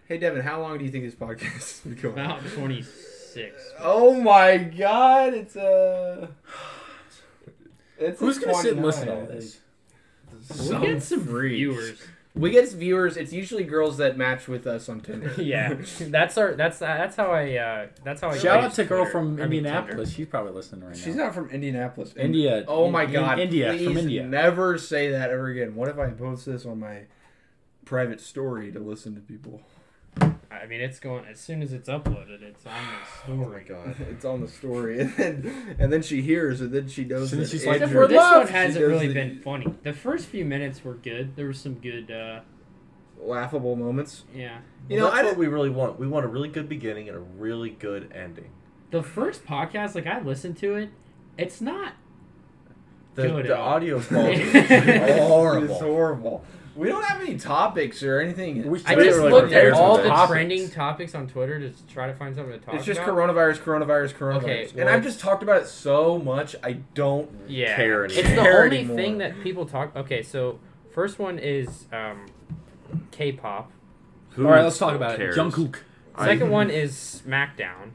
[SPEAKER 3] Hey Devin, how long do you think this podcast has been going? on?
[SPEAKER 1] about twenty six.
[SPEAKER 6] Oh my god, it's a. It's
[SPEAKER 4] Who's
[SPEAKER 6] a
[SPEAKER 4] gonna sit and listen to
[SPEAKER 6] 29,
[SPEAKER 4] all
[SPEAKER 6] I
[SPEAKER 4] this?
[SPEAKER 1] We get some viewers.
[SPEAKER 3] We get viewers. It's usually girls that match with us on Tinder.
[SPEAKER 1] yeah, that's our. That's that's how I. Uh, that's how I.
[SPEAKER 4] Shout
[SPEAKER 1] use
[SPEAKER 4] out to girl
[SPEAKER 1] Twitter.
[SPEAKER 4] from
[SPEAKER 1] I mean, Tinder.
[SPEAKER 4] Indianapolis. She's probably listening right
[SPEAKER 6] think.
[SPEAKER 4] now.
[SPEAKER 6] She's not from Indianapolis.
[SPEAKER 4] India.
[SPEAKER 3] Oh
[SPEAKER 4] In-
[SPEAKER 3] my
[SPEAKER 4] in-
[SPEAKER 3] god.
[SPEAKER 4] India
[SPEAKER 3] please
[SPEAKER 4] from India.
[SPEAKER 3] Never say that ever again. What if I post this on my private story to listen to people?
[SPEAKER 1] I mean, it's going as soon as it's uploaded. It's on the
[SPEAKER 3] Oh my
[SPEAKER 1] story.
[SPEAKER 3] god. It's on the story, and then and then she hears, and then she knows.
[SPEAKER 4] Soon
[SPEAKER 3] that
[SPEAKER 4] as she's like,
[SPEAKER 1] Except
[SPEAKER 3] Andrew-
[SPEAKER 1] for
[SPEAKER 4] We're
[SPEAKER 1] this one
[SPEAKER 4] loved.
[SPEAKER 1] hasn't
[SPEAKER 3] She does
[SPEAKER 1] really
[SPEAKER 3] the
[SPEAKER 1] been funny. The first few minutes were good. There was some good. uh
[SPEAKER 3] laughable moments.
[SPEAKER 1] Yeah,
[SPEAKER 3] You
[SPEAKER 2] Well,
[SPEAKER 3] know, I
[SPEAKER 2] that's what
[SPEAKER 3] don't.
[SPEAKER 2] we really want. We want a really good beginning and a really good ending.
[SPEAKER 1] the first podcast, like I listened to it. It's not.
[SPEAKER 2] The,
[SPEAKER 1] Good
[SPEAKER 2] the
[SPEAKER 1] ending.
[SPEAKER 2] audio quality is
[SPEAKER 3] It's
[SPEAKER 2] horrible.
[SPEAKER 3] horrible. We don't have any topics or anything.
[SPEAKER 4] We should
[SPEAKER 1] I
[SPEAKER 4] Twitter
[SPEAKER 1] just
[SPEAKER 4] really
[SPEAKER 1] looked at
[SPEAKER 4] prepares
[SPEAKER 1] all
[SPEAKER 4] for
[SPEAKER 1] the
[SPEAKER 4] topics.
[SPEAKER 1] trending topics on Twitter to try to find something to talk
[SPEAKER 3] It's just
[SPEAKER 1] about.
[SPEAKER 3] coronavirus, coronavirus, coronavirus.
[SPEAKER 1] Okay,
[SPEAKER 3] and
[SPEAKER 1] well-
[SPEAKER 3] I've just talked about it so much, I don't
[SPEAKER 1] yeah.
[SPEAKER 2] Care
[SPEAKER 1] It's
[SPEAKER 2] anymore.
[SPEAKER 1] the
[SPEAKER 3] Care
[SPEAKER 1] only
[SPEAKER 3] anymore.
[SPEAKER 1] thing that people talk. Okay, so first one is um, K-pop.
[SPEAKER 2] Who
[SPEAKER 4] All right, let's talk about
[SPEAKER 2] cares?
[SPEAKER 4] it. Jungkook.
[SPEAKER 2] I-
[SPEAKER 1] Second one is SmackDown.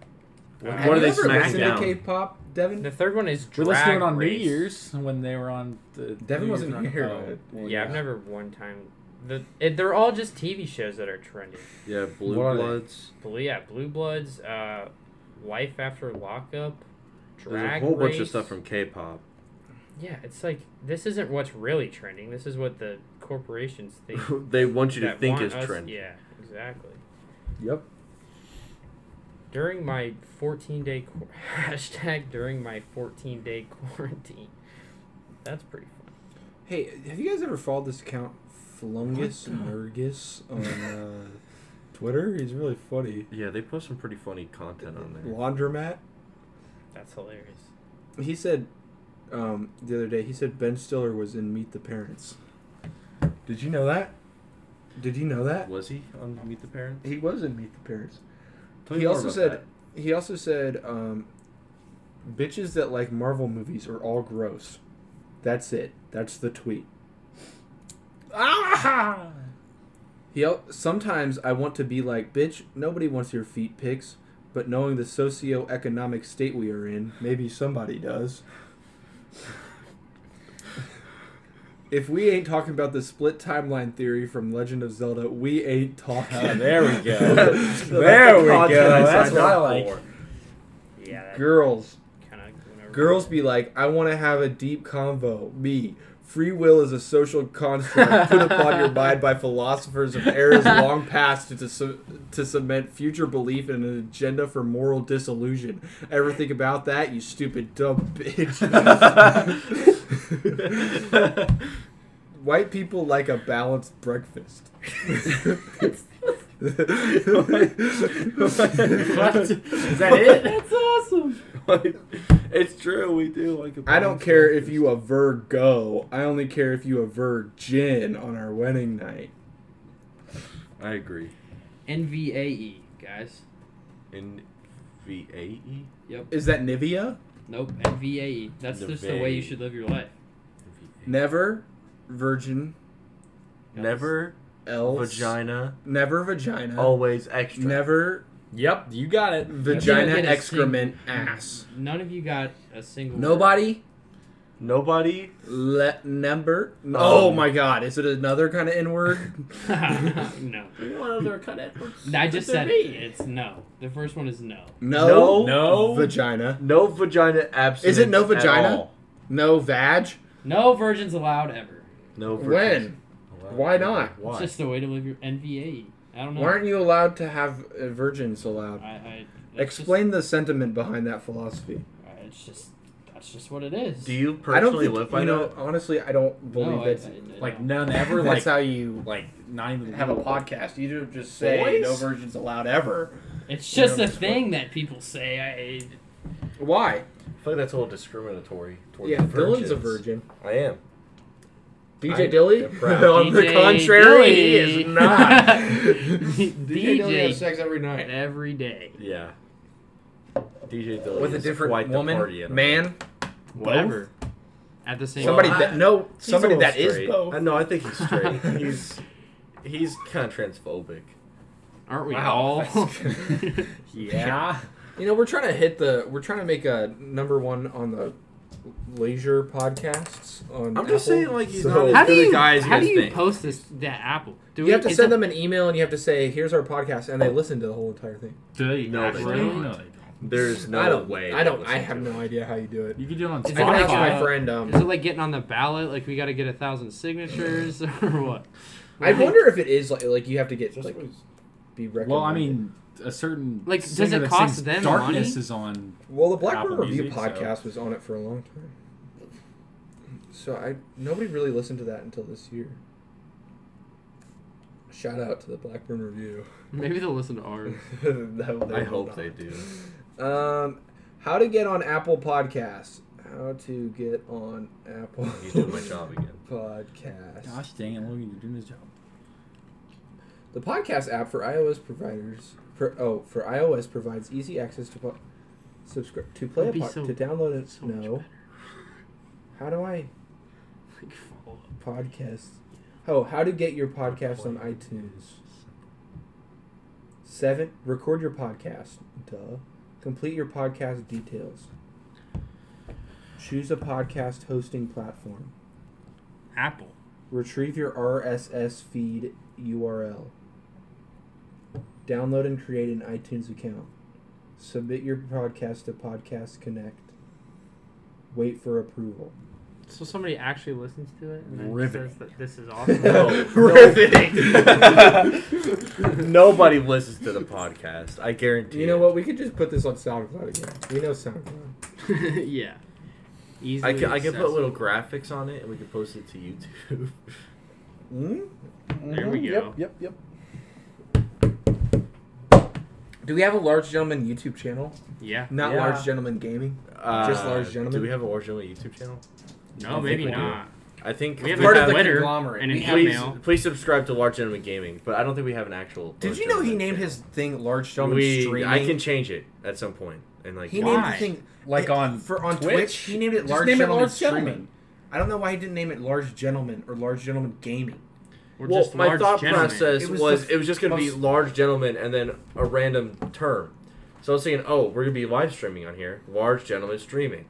[SPEAKER 2] What
[SPEAKER 1] Have
[SPEAKER 2] are
[SPEAKER 1] you
[SPEAKER 2] they
[SPEAKER 1] ever
[SPEAKER 2] smacking
[SPEAKER 3] listened to
[SPEAKER 2] down?
[SPEAKER 3] K-pop, Devin?
[SPEAKER 1] The third one is
[SPEAKER 4] We
[SPEAKER 1] Drag
[SPEAKER 4] listened to it on
[SPEAKER 1] Race.
[SPEAKER 4] New Year's when they were on the.
[SPEAKER 3] Devin
[SPEAKER 4] New
[SPEAKER 3] wasn't
[SPEAKER 4] Year's
[SPEAKER 3] here.
[SPEAKER 4] run- oh.
[SPEAKER 1] Yeah, I've never one time. The, it, they're all just TV shows that are trending.
[SPEAKER 2] Yeah, Blue
[SPEAKER 4] What are they?
[SPEAKER 2] Bloods.
[SPEAKER 1] Blue, yeah, Blue Bloods, uh, Life After Lockup, Drag
[SPEAKER 2] There's a whole bunch of
[SPEAKER 1] Race.
[SPEAKER 2] stuff from K-pop.
[SPEAKER 1] Yeah, it's like this isn't what's really trending. This is what the corporations think.
[SPEAKER 2] they want you to
[SPEAKER 1] that
[SPEAKER 2] think
[SPEAKER 1] want
[SPEAKER 2] is
[SPEAKER 1] us-
[SPEAKER 2] trendy.
[SPEAKER 1] Yeah, exactly.
[SPEAKER 4] Yep.
[SPEAKER 1] During my 14 day qu- hashtag during my 14 day quarantine. That's pretty fun.
[SPEAKER 3] Hey, have you guys ever followed this account, Flungus Nergus, on uh, Twitter? He's really funny.
[SPEAKER 2] Yeah, they post some pretty funny content on there.
[SPEAKER 3] Laundromat.
[SPEAKER 1] That's hilarious.
[SPEAKER 3] He said um, the other day. He said Ben Stiller was in Meet the Parents. Did you know that? Did you know that?
[SPEAKER 2] Was he on Meet the Parents?
[SPEAKER 3] He was in Meet the Parents.
[SPEAKER 2] Tell
[SPEAKER 3] He
[SPEAKER 2] me more
[SPEAKER 3] also
[SPEAKER 2] about
[SPEAKER 3] said-
[SPEAKER 2] that.
[SPEAKER 3] He also said, um, "Bitches that like Marvel movies are all gross." That's it. That's the tweet. Oh.
[SPEAKER 4] Ah!
[SPEAKER 3] He al- sometimes I want to be like, bitch, nobody wants your feet pics, but knowing the socioeconomic state we are in, maybe somebody does. if we ain't talking about the split timeline theory from Legend of Zelda, we ain't talking.
[SPEAKER 4] Ah, there we
[SPEAKER 3] So
[SPEAKER 4] go.
[SPEAKER 3] that's the
[SPEAKER 4] There we go.
[SPEAKER 3] content I
[SPEAKER 4] That's
[SPEAKER 3] signed
[SPEAKER 4] what I
[SPEAKER 3] up
[SPEAKER 4] like.
[SPEAKER 3] for.
[SPEAKER 1] Yeah, that
[SPEAKER 3] Girls,
[SPEAKER 1] kind of
[SPEAKER 3] girls be like, I want to have a deep convo. Me. Free will is a social construct put upon your mind by philosophers of eras long past to, ce- to cement future belief in an agenda for moral disillusion. Ever think about that, you stupid dumb bitch? White people like a balanced breakfast.
[SPEAKER 4] Is that it?
[SPEAKER 6] That's awesome.
[SPEAKER 2] it's true. We do like. A
[SPEAKER 3] I don't care if you a Virgo. I only care if you a Virgin on our wedding night.
[SPEAKER 2] I agree.
[SPEAKER 1] NVAE, E, guys.
[SPEAKER 2] N V A E.
[SPEAKER 3] Is that Nivea?
[SPEAKER 1] Nope, NVAE. E. That's just the way you
[SPEAKER 2] Nevaeh.
[SPEAKER 1] should live your life.
[SPEAKER 2] E.
[SPEAKER 3] Never virgin
[SPEAKER 1] guys.
[SPEAKER 2] Never
[SPEAKER 3] else.
[SPEAKER 2] vagina. Oh,
[SPEAKER 3] Never vagina.
[SPEAKER 2] Always extra.
[SPEAKER 3] Never
[SPEAKER 4] Yep, you got it.
[SPEAKER 3] vagina
[SPEAKER 1] get a
[SPEAKER 3] excrement
[SPEAKER 1] sing-
[SPEAKER 3] ass.
[SPEAKER 1] None of you got a single. word.
[SPEAKER 3] Nobody.
[SPEAKER 2] Nobody.
[SPEAKER 3] Let number. oh
[SPEAKER 2] Um.
[SPEAKER 3] my God! Is it another kind of N word?
[SPEAKER 1] no.
[SPEAKER 6] One other cut Edwards.
[SPEAKER 1] I just said it. It's no. The first one is no.
[SPEAKER 3] No.
[SPEAKER 4] No.
[SPEAKER 3] Vagina.
[SPEAKER 2] No vagina absent.
[SPEAKER 3] Is it no vagina?
[SPEAKER 2] At all.
[SPEAKER 3] No vag.
[SPEAKER 1] No virgins allowed ever.
[SPEAKER 2] No. virgins
[SPEAKER 3] When?
[SPEAKER 2] allowed.
[SPEAKER 3] Why not?
[SPEAKER 2] Why?
[SPEAKER 1] It's just the way to live your NVAE. E. I don't know.
[SPEAKER 3] Why aren't you allowed to have uh, virgins allowed?
[SPEAKER 1] I, I, that's just-
[SPEAKER 3] Explain the sentiment behind that philosophy.
[SPEAKER 1] I- it's just that's just what it is.
[SPEAKER 2] do you
[SPEAKER 3] I don't
[SPEAKER 2] personally
[SPEAKER 3] think,
[SPEAKER 2] live by
[SPEAKER 3] you know,
[SPEAKER 2] that?
[SPEAKER 3] honestly, I don't believe
[SPEAKER 1] no, I-
[SPEAKER 3] it's
[SPEAKER 1] I- I
[SPEAKER 4] Like
[SPEAKER 1] don't.
[SPEAKER 4] none ever.
[SPEAKER 3] that's
[SPEAKER 4] Like
[SPEAKER 3] how you
[SPEAKER 4] like not even
[SPEAKER 3] have a podcast. You just say
[SPEAKER 2] Boys?
[SPEAKER 3] no virgins allowed ever.
[SPEAKER 1] it's just
[SPEAKER 3] you
[SPEAKER 1] a
[SPEAKER 3] know,
[SPEAKER 1] thing that people say. I,
[SPEAKER 3] Why?
[SPEAKER 2] I feel like that's a little discriminatory towards
[SPEAKER 3] Yeah, Dylan's a
[SPEAKER 2] virgins.
[SPEAKER 3] virgin.
[SPEAKER 2] I am.
[SPEAKER 3] DJ
[SPEAKER 2] I'm
[SPEAKER 3] Dilly?
[SPEAKER 2] depressed.
[SPEAKER 3] On the
[SPEAKER 1] DJ
[SPEAKER 3] contrary, he
[SPEAKER 1] Dilly.
[SPEAKER 3] is not.
[SPEAKER 1] DJ Dilly has
[SPEAKER 3] sex every night
[SPEAKER 1] every day,
[SPEAKER 2] Yeah. DJ Dilly
[SPEAKER 3] with a
[SPEAKER 2] is
[SPEAKER 3] different
[SPEAKER 2] quite
[SPEAKER 3] woman,
[SPEAKER 2] the party animal.
[SPEAKER 3] man,
[SPEAKER 1] whatever. At the same
[SPEAKER 3] somebody
[SPEAKER 1] time.
[SPEAKER 2] I-
[SPEAKER 3] that no,
[SPEAKER 2] He's
[SPEAKER 3] somebody
[SPEAKER 2] a little
[SPEAKER 3] that is
[SPEAKER 2] straight.
[SPEAKER 3] both.
[SPEAKER 2] Uh, no, I think he's straight. he's he's kind of transphobic.
[SPEAKER 1] aren't we
[SPEAKER 3] Wow.
[SPEAKER 1] all?
[SPEAKER 3] That's-
[SPEAKER 4] Yeah.
[SPEAKER 3] You know, we're trying to hit the. We're trying to make a number one on the leisure podcasts. On
[SPEAKER 2] I'm just
[SPEAKER 3] Apple.
[SPEAKER 2] saying, like, he's
[SPEAKER 3] So-
[SPEAKER 2] not as
[SPEAKER 1] how do
[SPEAKER 2] Good
[SPEAKER 1] you
[SPEAKER 2] guys,
[SPEAKER 1] how do
[SPEAKER 2] yes,
[SPEAKER 1] you
[SPEAKER 2] thanks.
[SPEAKER 1] post this that Apple? Do
[SPEAKER 3] You have to
[SPEAKER 1] is
[SPEAKER 3] send
[SPEAKER 1] it-
[SPEAKER 3] them an email and you have to say, "Here's our podcast," and they listen to the whole entire thing.
[SPEAKER 4] They
[SPEAKER 2] No, they
[SPEAKER 4] actually-
[SPEAKER 1] don't.
[SPEAKER 4] No, they don't.
[SPEAKER 2] There's no
[SPEAKER 3] I don't.
[SPEAKER 2] way.
[SPEAKER 3] I don't.
[SPEAKER 2] they
[SPEAKER 3] I have
[SPEAKER 2] listen to
[SPEAKER 3] no
[SPEAKER 2] it.
[SPEAKER 3] idea how you do it.
[SPEAKER 4] You can do it on
[SPEAKER 1] It's
[SPEAKER 3] I can
[SPEAKER 1] like
[SPEAKER 3] ask
[SPEAKER 4] Spotify.
[SPEAKER 1] a-
[SPEAKER 3] my friend.
[SPEAKER 1] Is it
[SPEAKER 3] Um,
[SPEAKER 1] like getting on the ballot? Like we got to get a thousand signatures or what?
[SPEAKER 3] I wonder if it is like, like you have to get
[SPEAKER 2] Just
[SPEAKER 3] like
[SPEAKER 2] was-
[SPEAKER 3] be recommended.
[SPEAKER 4] Well, I mean, a certain
[SPEAKER 1] Like, does
[SPEAKER 4] singer
[SPEAKER 1] it
[SPEAKER 4] that
[SPEAKER 1] cost
[SPEAKER 4] sings
[SPEAKER 1] them
[SPEAKER 4] Darkness
[SPEAKER 1] money?
[SPEAKER 4] is on.
[SPEAKER 3] well, the Blackbird
[SPEAKER 4] Apple
[SPEAKER 3] Review
[SPEAKER 4] Music, so-
[SPEAKER 3] podcast was on it for a long time. So I nobody really listened to that until this year. Shout out to the Blackburn Review.
[SPEAKER 1] Maybe they'll listen to ours.
[SPEAKER 3] No, they
[SPEAKER 2] I
[SPEAKER 3] will
[SPEAKER 2] hope
[SPEAKER 3] not.
[SPEAKER 2] they do.
[SPEAKER 3] Um, how to get on Apple Podcasts? How to get on Apple
[SPEAKER 2] He's doing my job again.
[SPEAKER 3] Podcasts?
[SPEAKER 4] Gosh dang it, Logan, you're doing this job.
[SPEAKER 3] The podcast app for iOS providers, for, oh, for iOS provides easy access to po- subscribe to play a
[SPEAKER 1] That'd be
[SPEAKER 3] pod,
[SPEAKER 1] so-
[SPEAKER 3] to download it.
[SPEAKER 1] so much
[SPEAKER 3] no,
[SPEAKER 1] better.
[SPEAKER 3] how do I
[SPEAKER 1] Like, follow up.
[SPEAKER 3] podcast? Oh, how to get your podcast on iTunes? Seven, record your podcast. Duh. Complete your podcast details. Choose a podcast hosting platform.
[SPEAKER 1] Apple.
[SPEAKER 3] Retrieve your RSS feed URL. Download and create an iTunes account. Submit your podcast to Podcast Connect. Wait for approval.
[SPEAKER 1] So somebody actually listens to it and then
[SPEAKER 4] Riveting.
[SPEAKER 1] says that this is awesome.
[SPEAKER 2] No. Nobody listens to the podcast. I guarantee.
[SPEAKER 3] You know
[SPEAKER 2] it.
[SPEAKER 3] what? We could just put this on SoundCloud again. We know SoundCloud.
[SPEAKER 1] yeah. Easily
[SPEAKER 2] I can, I can put
[SPEAKER 1] accessible.
[SPEAKER 2] little graphics on it, and we can post it to YouTube.
[SPEAKER 1] There we go.
[SPEAKER 3] Hmm? Mm-hmm. Yep, yep. Do we have a large gentleman YouTube channel?
[SPEAKER 1] Yeah.
[SPEAKER 3] Not
[SPEAKER 2] Yeah.
[SPEAKER 3] large gentleman gaming. Just large gentlemen?
[SPEAKER 2] Uh, Do we have a large gentleman YouTube channel?
[SPEAKER 1] No,
[SPEAKER 2] think
[SPEAKER 1] maybe
[SPEAKER 2] we do.
[SPEAKER 1] not.
[SPEAKER 2] I think
[SPEAKER 1] We have
[SPEAKER 3] Part
[SPEAKER 1] a
[SPEAKER 3] of the
[SPEAKER 1] Twitter
[SPEAKER 3] conglomerate.
[SPEAKER 1] and an
[SPEAKER 3] We-
[SPEAKER 2] please,
[SPEAKER 1] email.
[SPEAKER 2] please subscribe to Large Gentleman Gaming, but I don't think we have an actual.
[SPEAKER 3] Did
[SPEAKER 2] Large
[SPEAKER 3] you know he
[SPEAKER 2] Gentleman
[SPEAKER 3] named
[SPEAKER 2] channel.
[SPEAKER 3] his thing large gentleman
[SPEAKER 2] we,
[SPEAKER 3] streaming?
[SPEAKER 2] I can change it at some point, and like
[SPEAKER 3] He
[SPEAKER 2] why?
[SPEAKER 3] named the thing
[SPEAKER 4] Like
[SPEAKER 3] it-
[SPEAKER 4] on
[SPEAKER 3] for on Twitch.
[SPEAKER 4] Twitch?
[SPEAKER 3] he named it
[SPEAKER 4] Just
[SPEAKER 3] large
[SPEAKER 4] name it
[SPEAKER 3] gentleman
[SPEAKER 4] Large
[SPEAKER 3] streaming.
[SPEAKER 4] Gentleman.
[SPEAKER 3] I don't know why he didn't name it large gentleman or large gentleman gaming.
[SPEAKER 1] We're
[SPEAKER 2] well,
[SPEAKER 1] just
[SPEAKER 2] my
[SPEAKER 1] large
[SPEAKER 2] thought
[SPEAKER 1] gentlemen.
[SPEAKER 2] process
[SPEAKER 3] It was
[SPEAKER 2] was,
[SPEAKER 3] the
[SPEAKER 2] it was just going to be
[SPEAKER 3] most-
[SPEAKER 2] large gentleman and then a random term. So I was thinking, oh, we're going to be live streaming on here. Large gentleman streaming.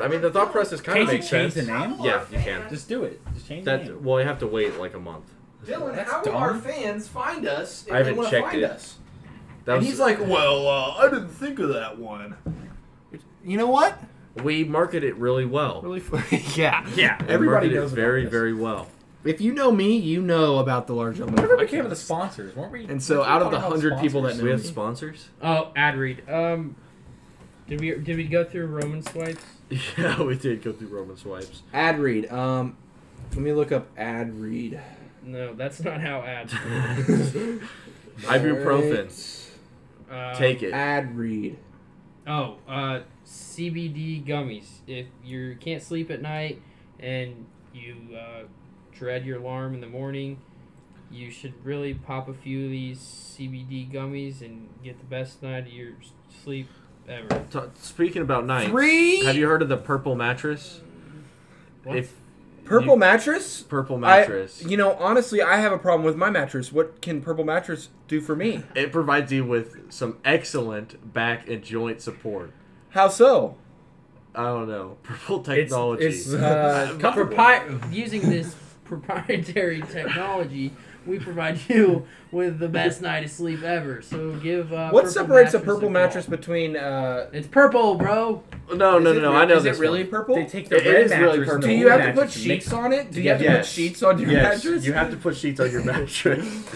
[SPEAKER 2] I mean, the thought process kind
[SPEAKER 4] Can't
[SPEAKER 2] of
[SPEAKER 4] you
[SPEAKER 2] makes
[SPEAKER 4] change
[SPEAKER 2] sense.
[SPEAKER 4] the name?
[SPEAKER 2] Yeah, you can.
[SPEAKER 4] Just do it. Just change the
[SPEAKER 2] That's
[SPEAKER 4] name.
[SPEAKER 2] well, you have to wait like a month.
[SPEAKER 6] Dylan,
[SPEAKER 4] That's
[SPEAKER 6] how do our
[SPEAKER 4] dumb.
[SPEAKER 6] fans find us if
[SPEAKER 2] I
[SPEAKER 6] they
[SPEAKER 2] haven't
[SPEAKER 6] want to
[SPEAKER 2] checked
[SPEAKER 6] find
[SPEAKER 2] it.
[SPEAKER 6] us?
[SPEAKER 2] That
[SPEAKER 6] and
[SPEAKER 2] was,
[SPEAKER 6] he's like, well, uh, I didn't think of that one. You know what?
[SPEAKER 2] we market it really well.
[SPEAKER 6] Really? F- yeah.
[SPEAKER 1] Yeah.
[SPEAKER 2] We
[SPEAKER 3] Everybody
[SPEAKER 2] market it
[SPEAKER 3] knows about
[SPEAKER 2] very,
[SPEAKER 3] this.
[SPEAKER 2] very well.
[SPEAKER 3] If you know me, you know about the large gentleman.
[SPEAKER 4] Whatever
[SPEAKER 3] podcast.
[SPEAKER 4] became of the sponsors, weren't we?
[SPEAKER 3] And so
[SPEAKER 4] weren't we
[SPEAKER 3] out of
[SPEAKER 4] talking
[SPEAKER 3] the
[SPEAKER 4] about
[SPEAKER 3] 100 people that
[SPEAKER 4] sponsors?
[SPEAKER 2] Do we have
[SPEAKER 3] Mhm.
[SPEAKER 2] sponsors?
[SPEAKER 1] Oh, ad read. Um did we did we go through Roman swipes?
[SPEAKER 2] Yeah, we did go through Roman swipes.
[SPEAKER 3] ad read. Um, Let me look up ad read.
[SPEAKER 1] No, that's not how ads.
[SPEAKER 2] Ibuprofen.
[SPEAKER 1] Uh,
[SPEAKER 2] Take it.
[SPEAKER 3] Ad read.
[SPEAKER 1] Oh, uh, CBD gummies. If you can't sleep at night and you uh, dread your alarm in the morning, you should really pop a few of these CBD gummies and get the best night of your s- sleep ever.
[SPEAKER 2] T- speaking about nights,
[SPEAKER 3] Three?
[SPEAKER 2] have you heard of the purple mattress?
[SPEAKER 1] What?
[SPEAKER 2] If
[SPEAKER 3] Purple
[SPEAKER 2] you-
[SPEAKER 3] mattress?
[SPEAKER 2] purple
[SPEAKER 3] I-
[SPEAKER 2] mattress,
[SPEAKER 3] you know, honestly, I have a problem with my mattress. What can purple mattress do for me?
[SPEAKER 2] it provides you with some excellent back and joint support.
[SPEAKER 3] How so?
[SPEAKER 2] I don't know. Purple
[SPEAKER 1] It's-
[SPEAKER 2] technology.
[SPEAKER 1] it's, uh, propri- using this proprietary technology, we provide you with the best night of sleep ever. So give. Uh,
[SPEAKER 3] what
[SPEAKER 1] Purple
[SPEAKER 3] separates a
[SPEAKER 1] Mattress
[SPEAKER 3] purple
[SPEAKER 1] call.
[SPEAKER 3] mattress between? Uh,
[SPEAKER 1] It's purple, bro.
[SPEAKER 2] Oh, no,
[SPEAKER 3] is
[SPEAKER 2] no,
[SPEAKER 3] it
[SPEAKER 2] no, no.
[SPEAKER 3] re-
[SPEAKER 2] I know
[SPEAKER 3] Is
[SPEAKER 2] this
[SPEAKER 3] it really
[SPEAKER 2] one.
[SPEAKER 3] purple?
[SPEAKER 1] They take the
[SPEAKER 2] It
[SPEAKER 1] red
[SPEAKER 2] is really
[SPEAKER 1] mattress.
[SPEAKER 2] purple.
[SPEAKER 3] do you have to
[SPEAKER 8] mattress
[SPEAKER 3] put
[SPEAKER 8] to
[SPEAKER 3] sheets
[SPEAKER 8] make-
[SPEAKER 3] on it? Do you have to put
[SPEAKER 9] Yes.
[SPEAKER 3] sheets on your
[SPEAKER 9] Yes.
[SPEAKER 3] mattress?
[SPEAKER 2] You have to put sheets on your mattress.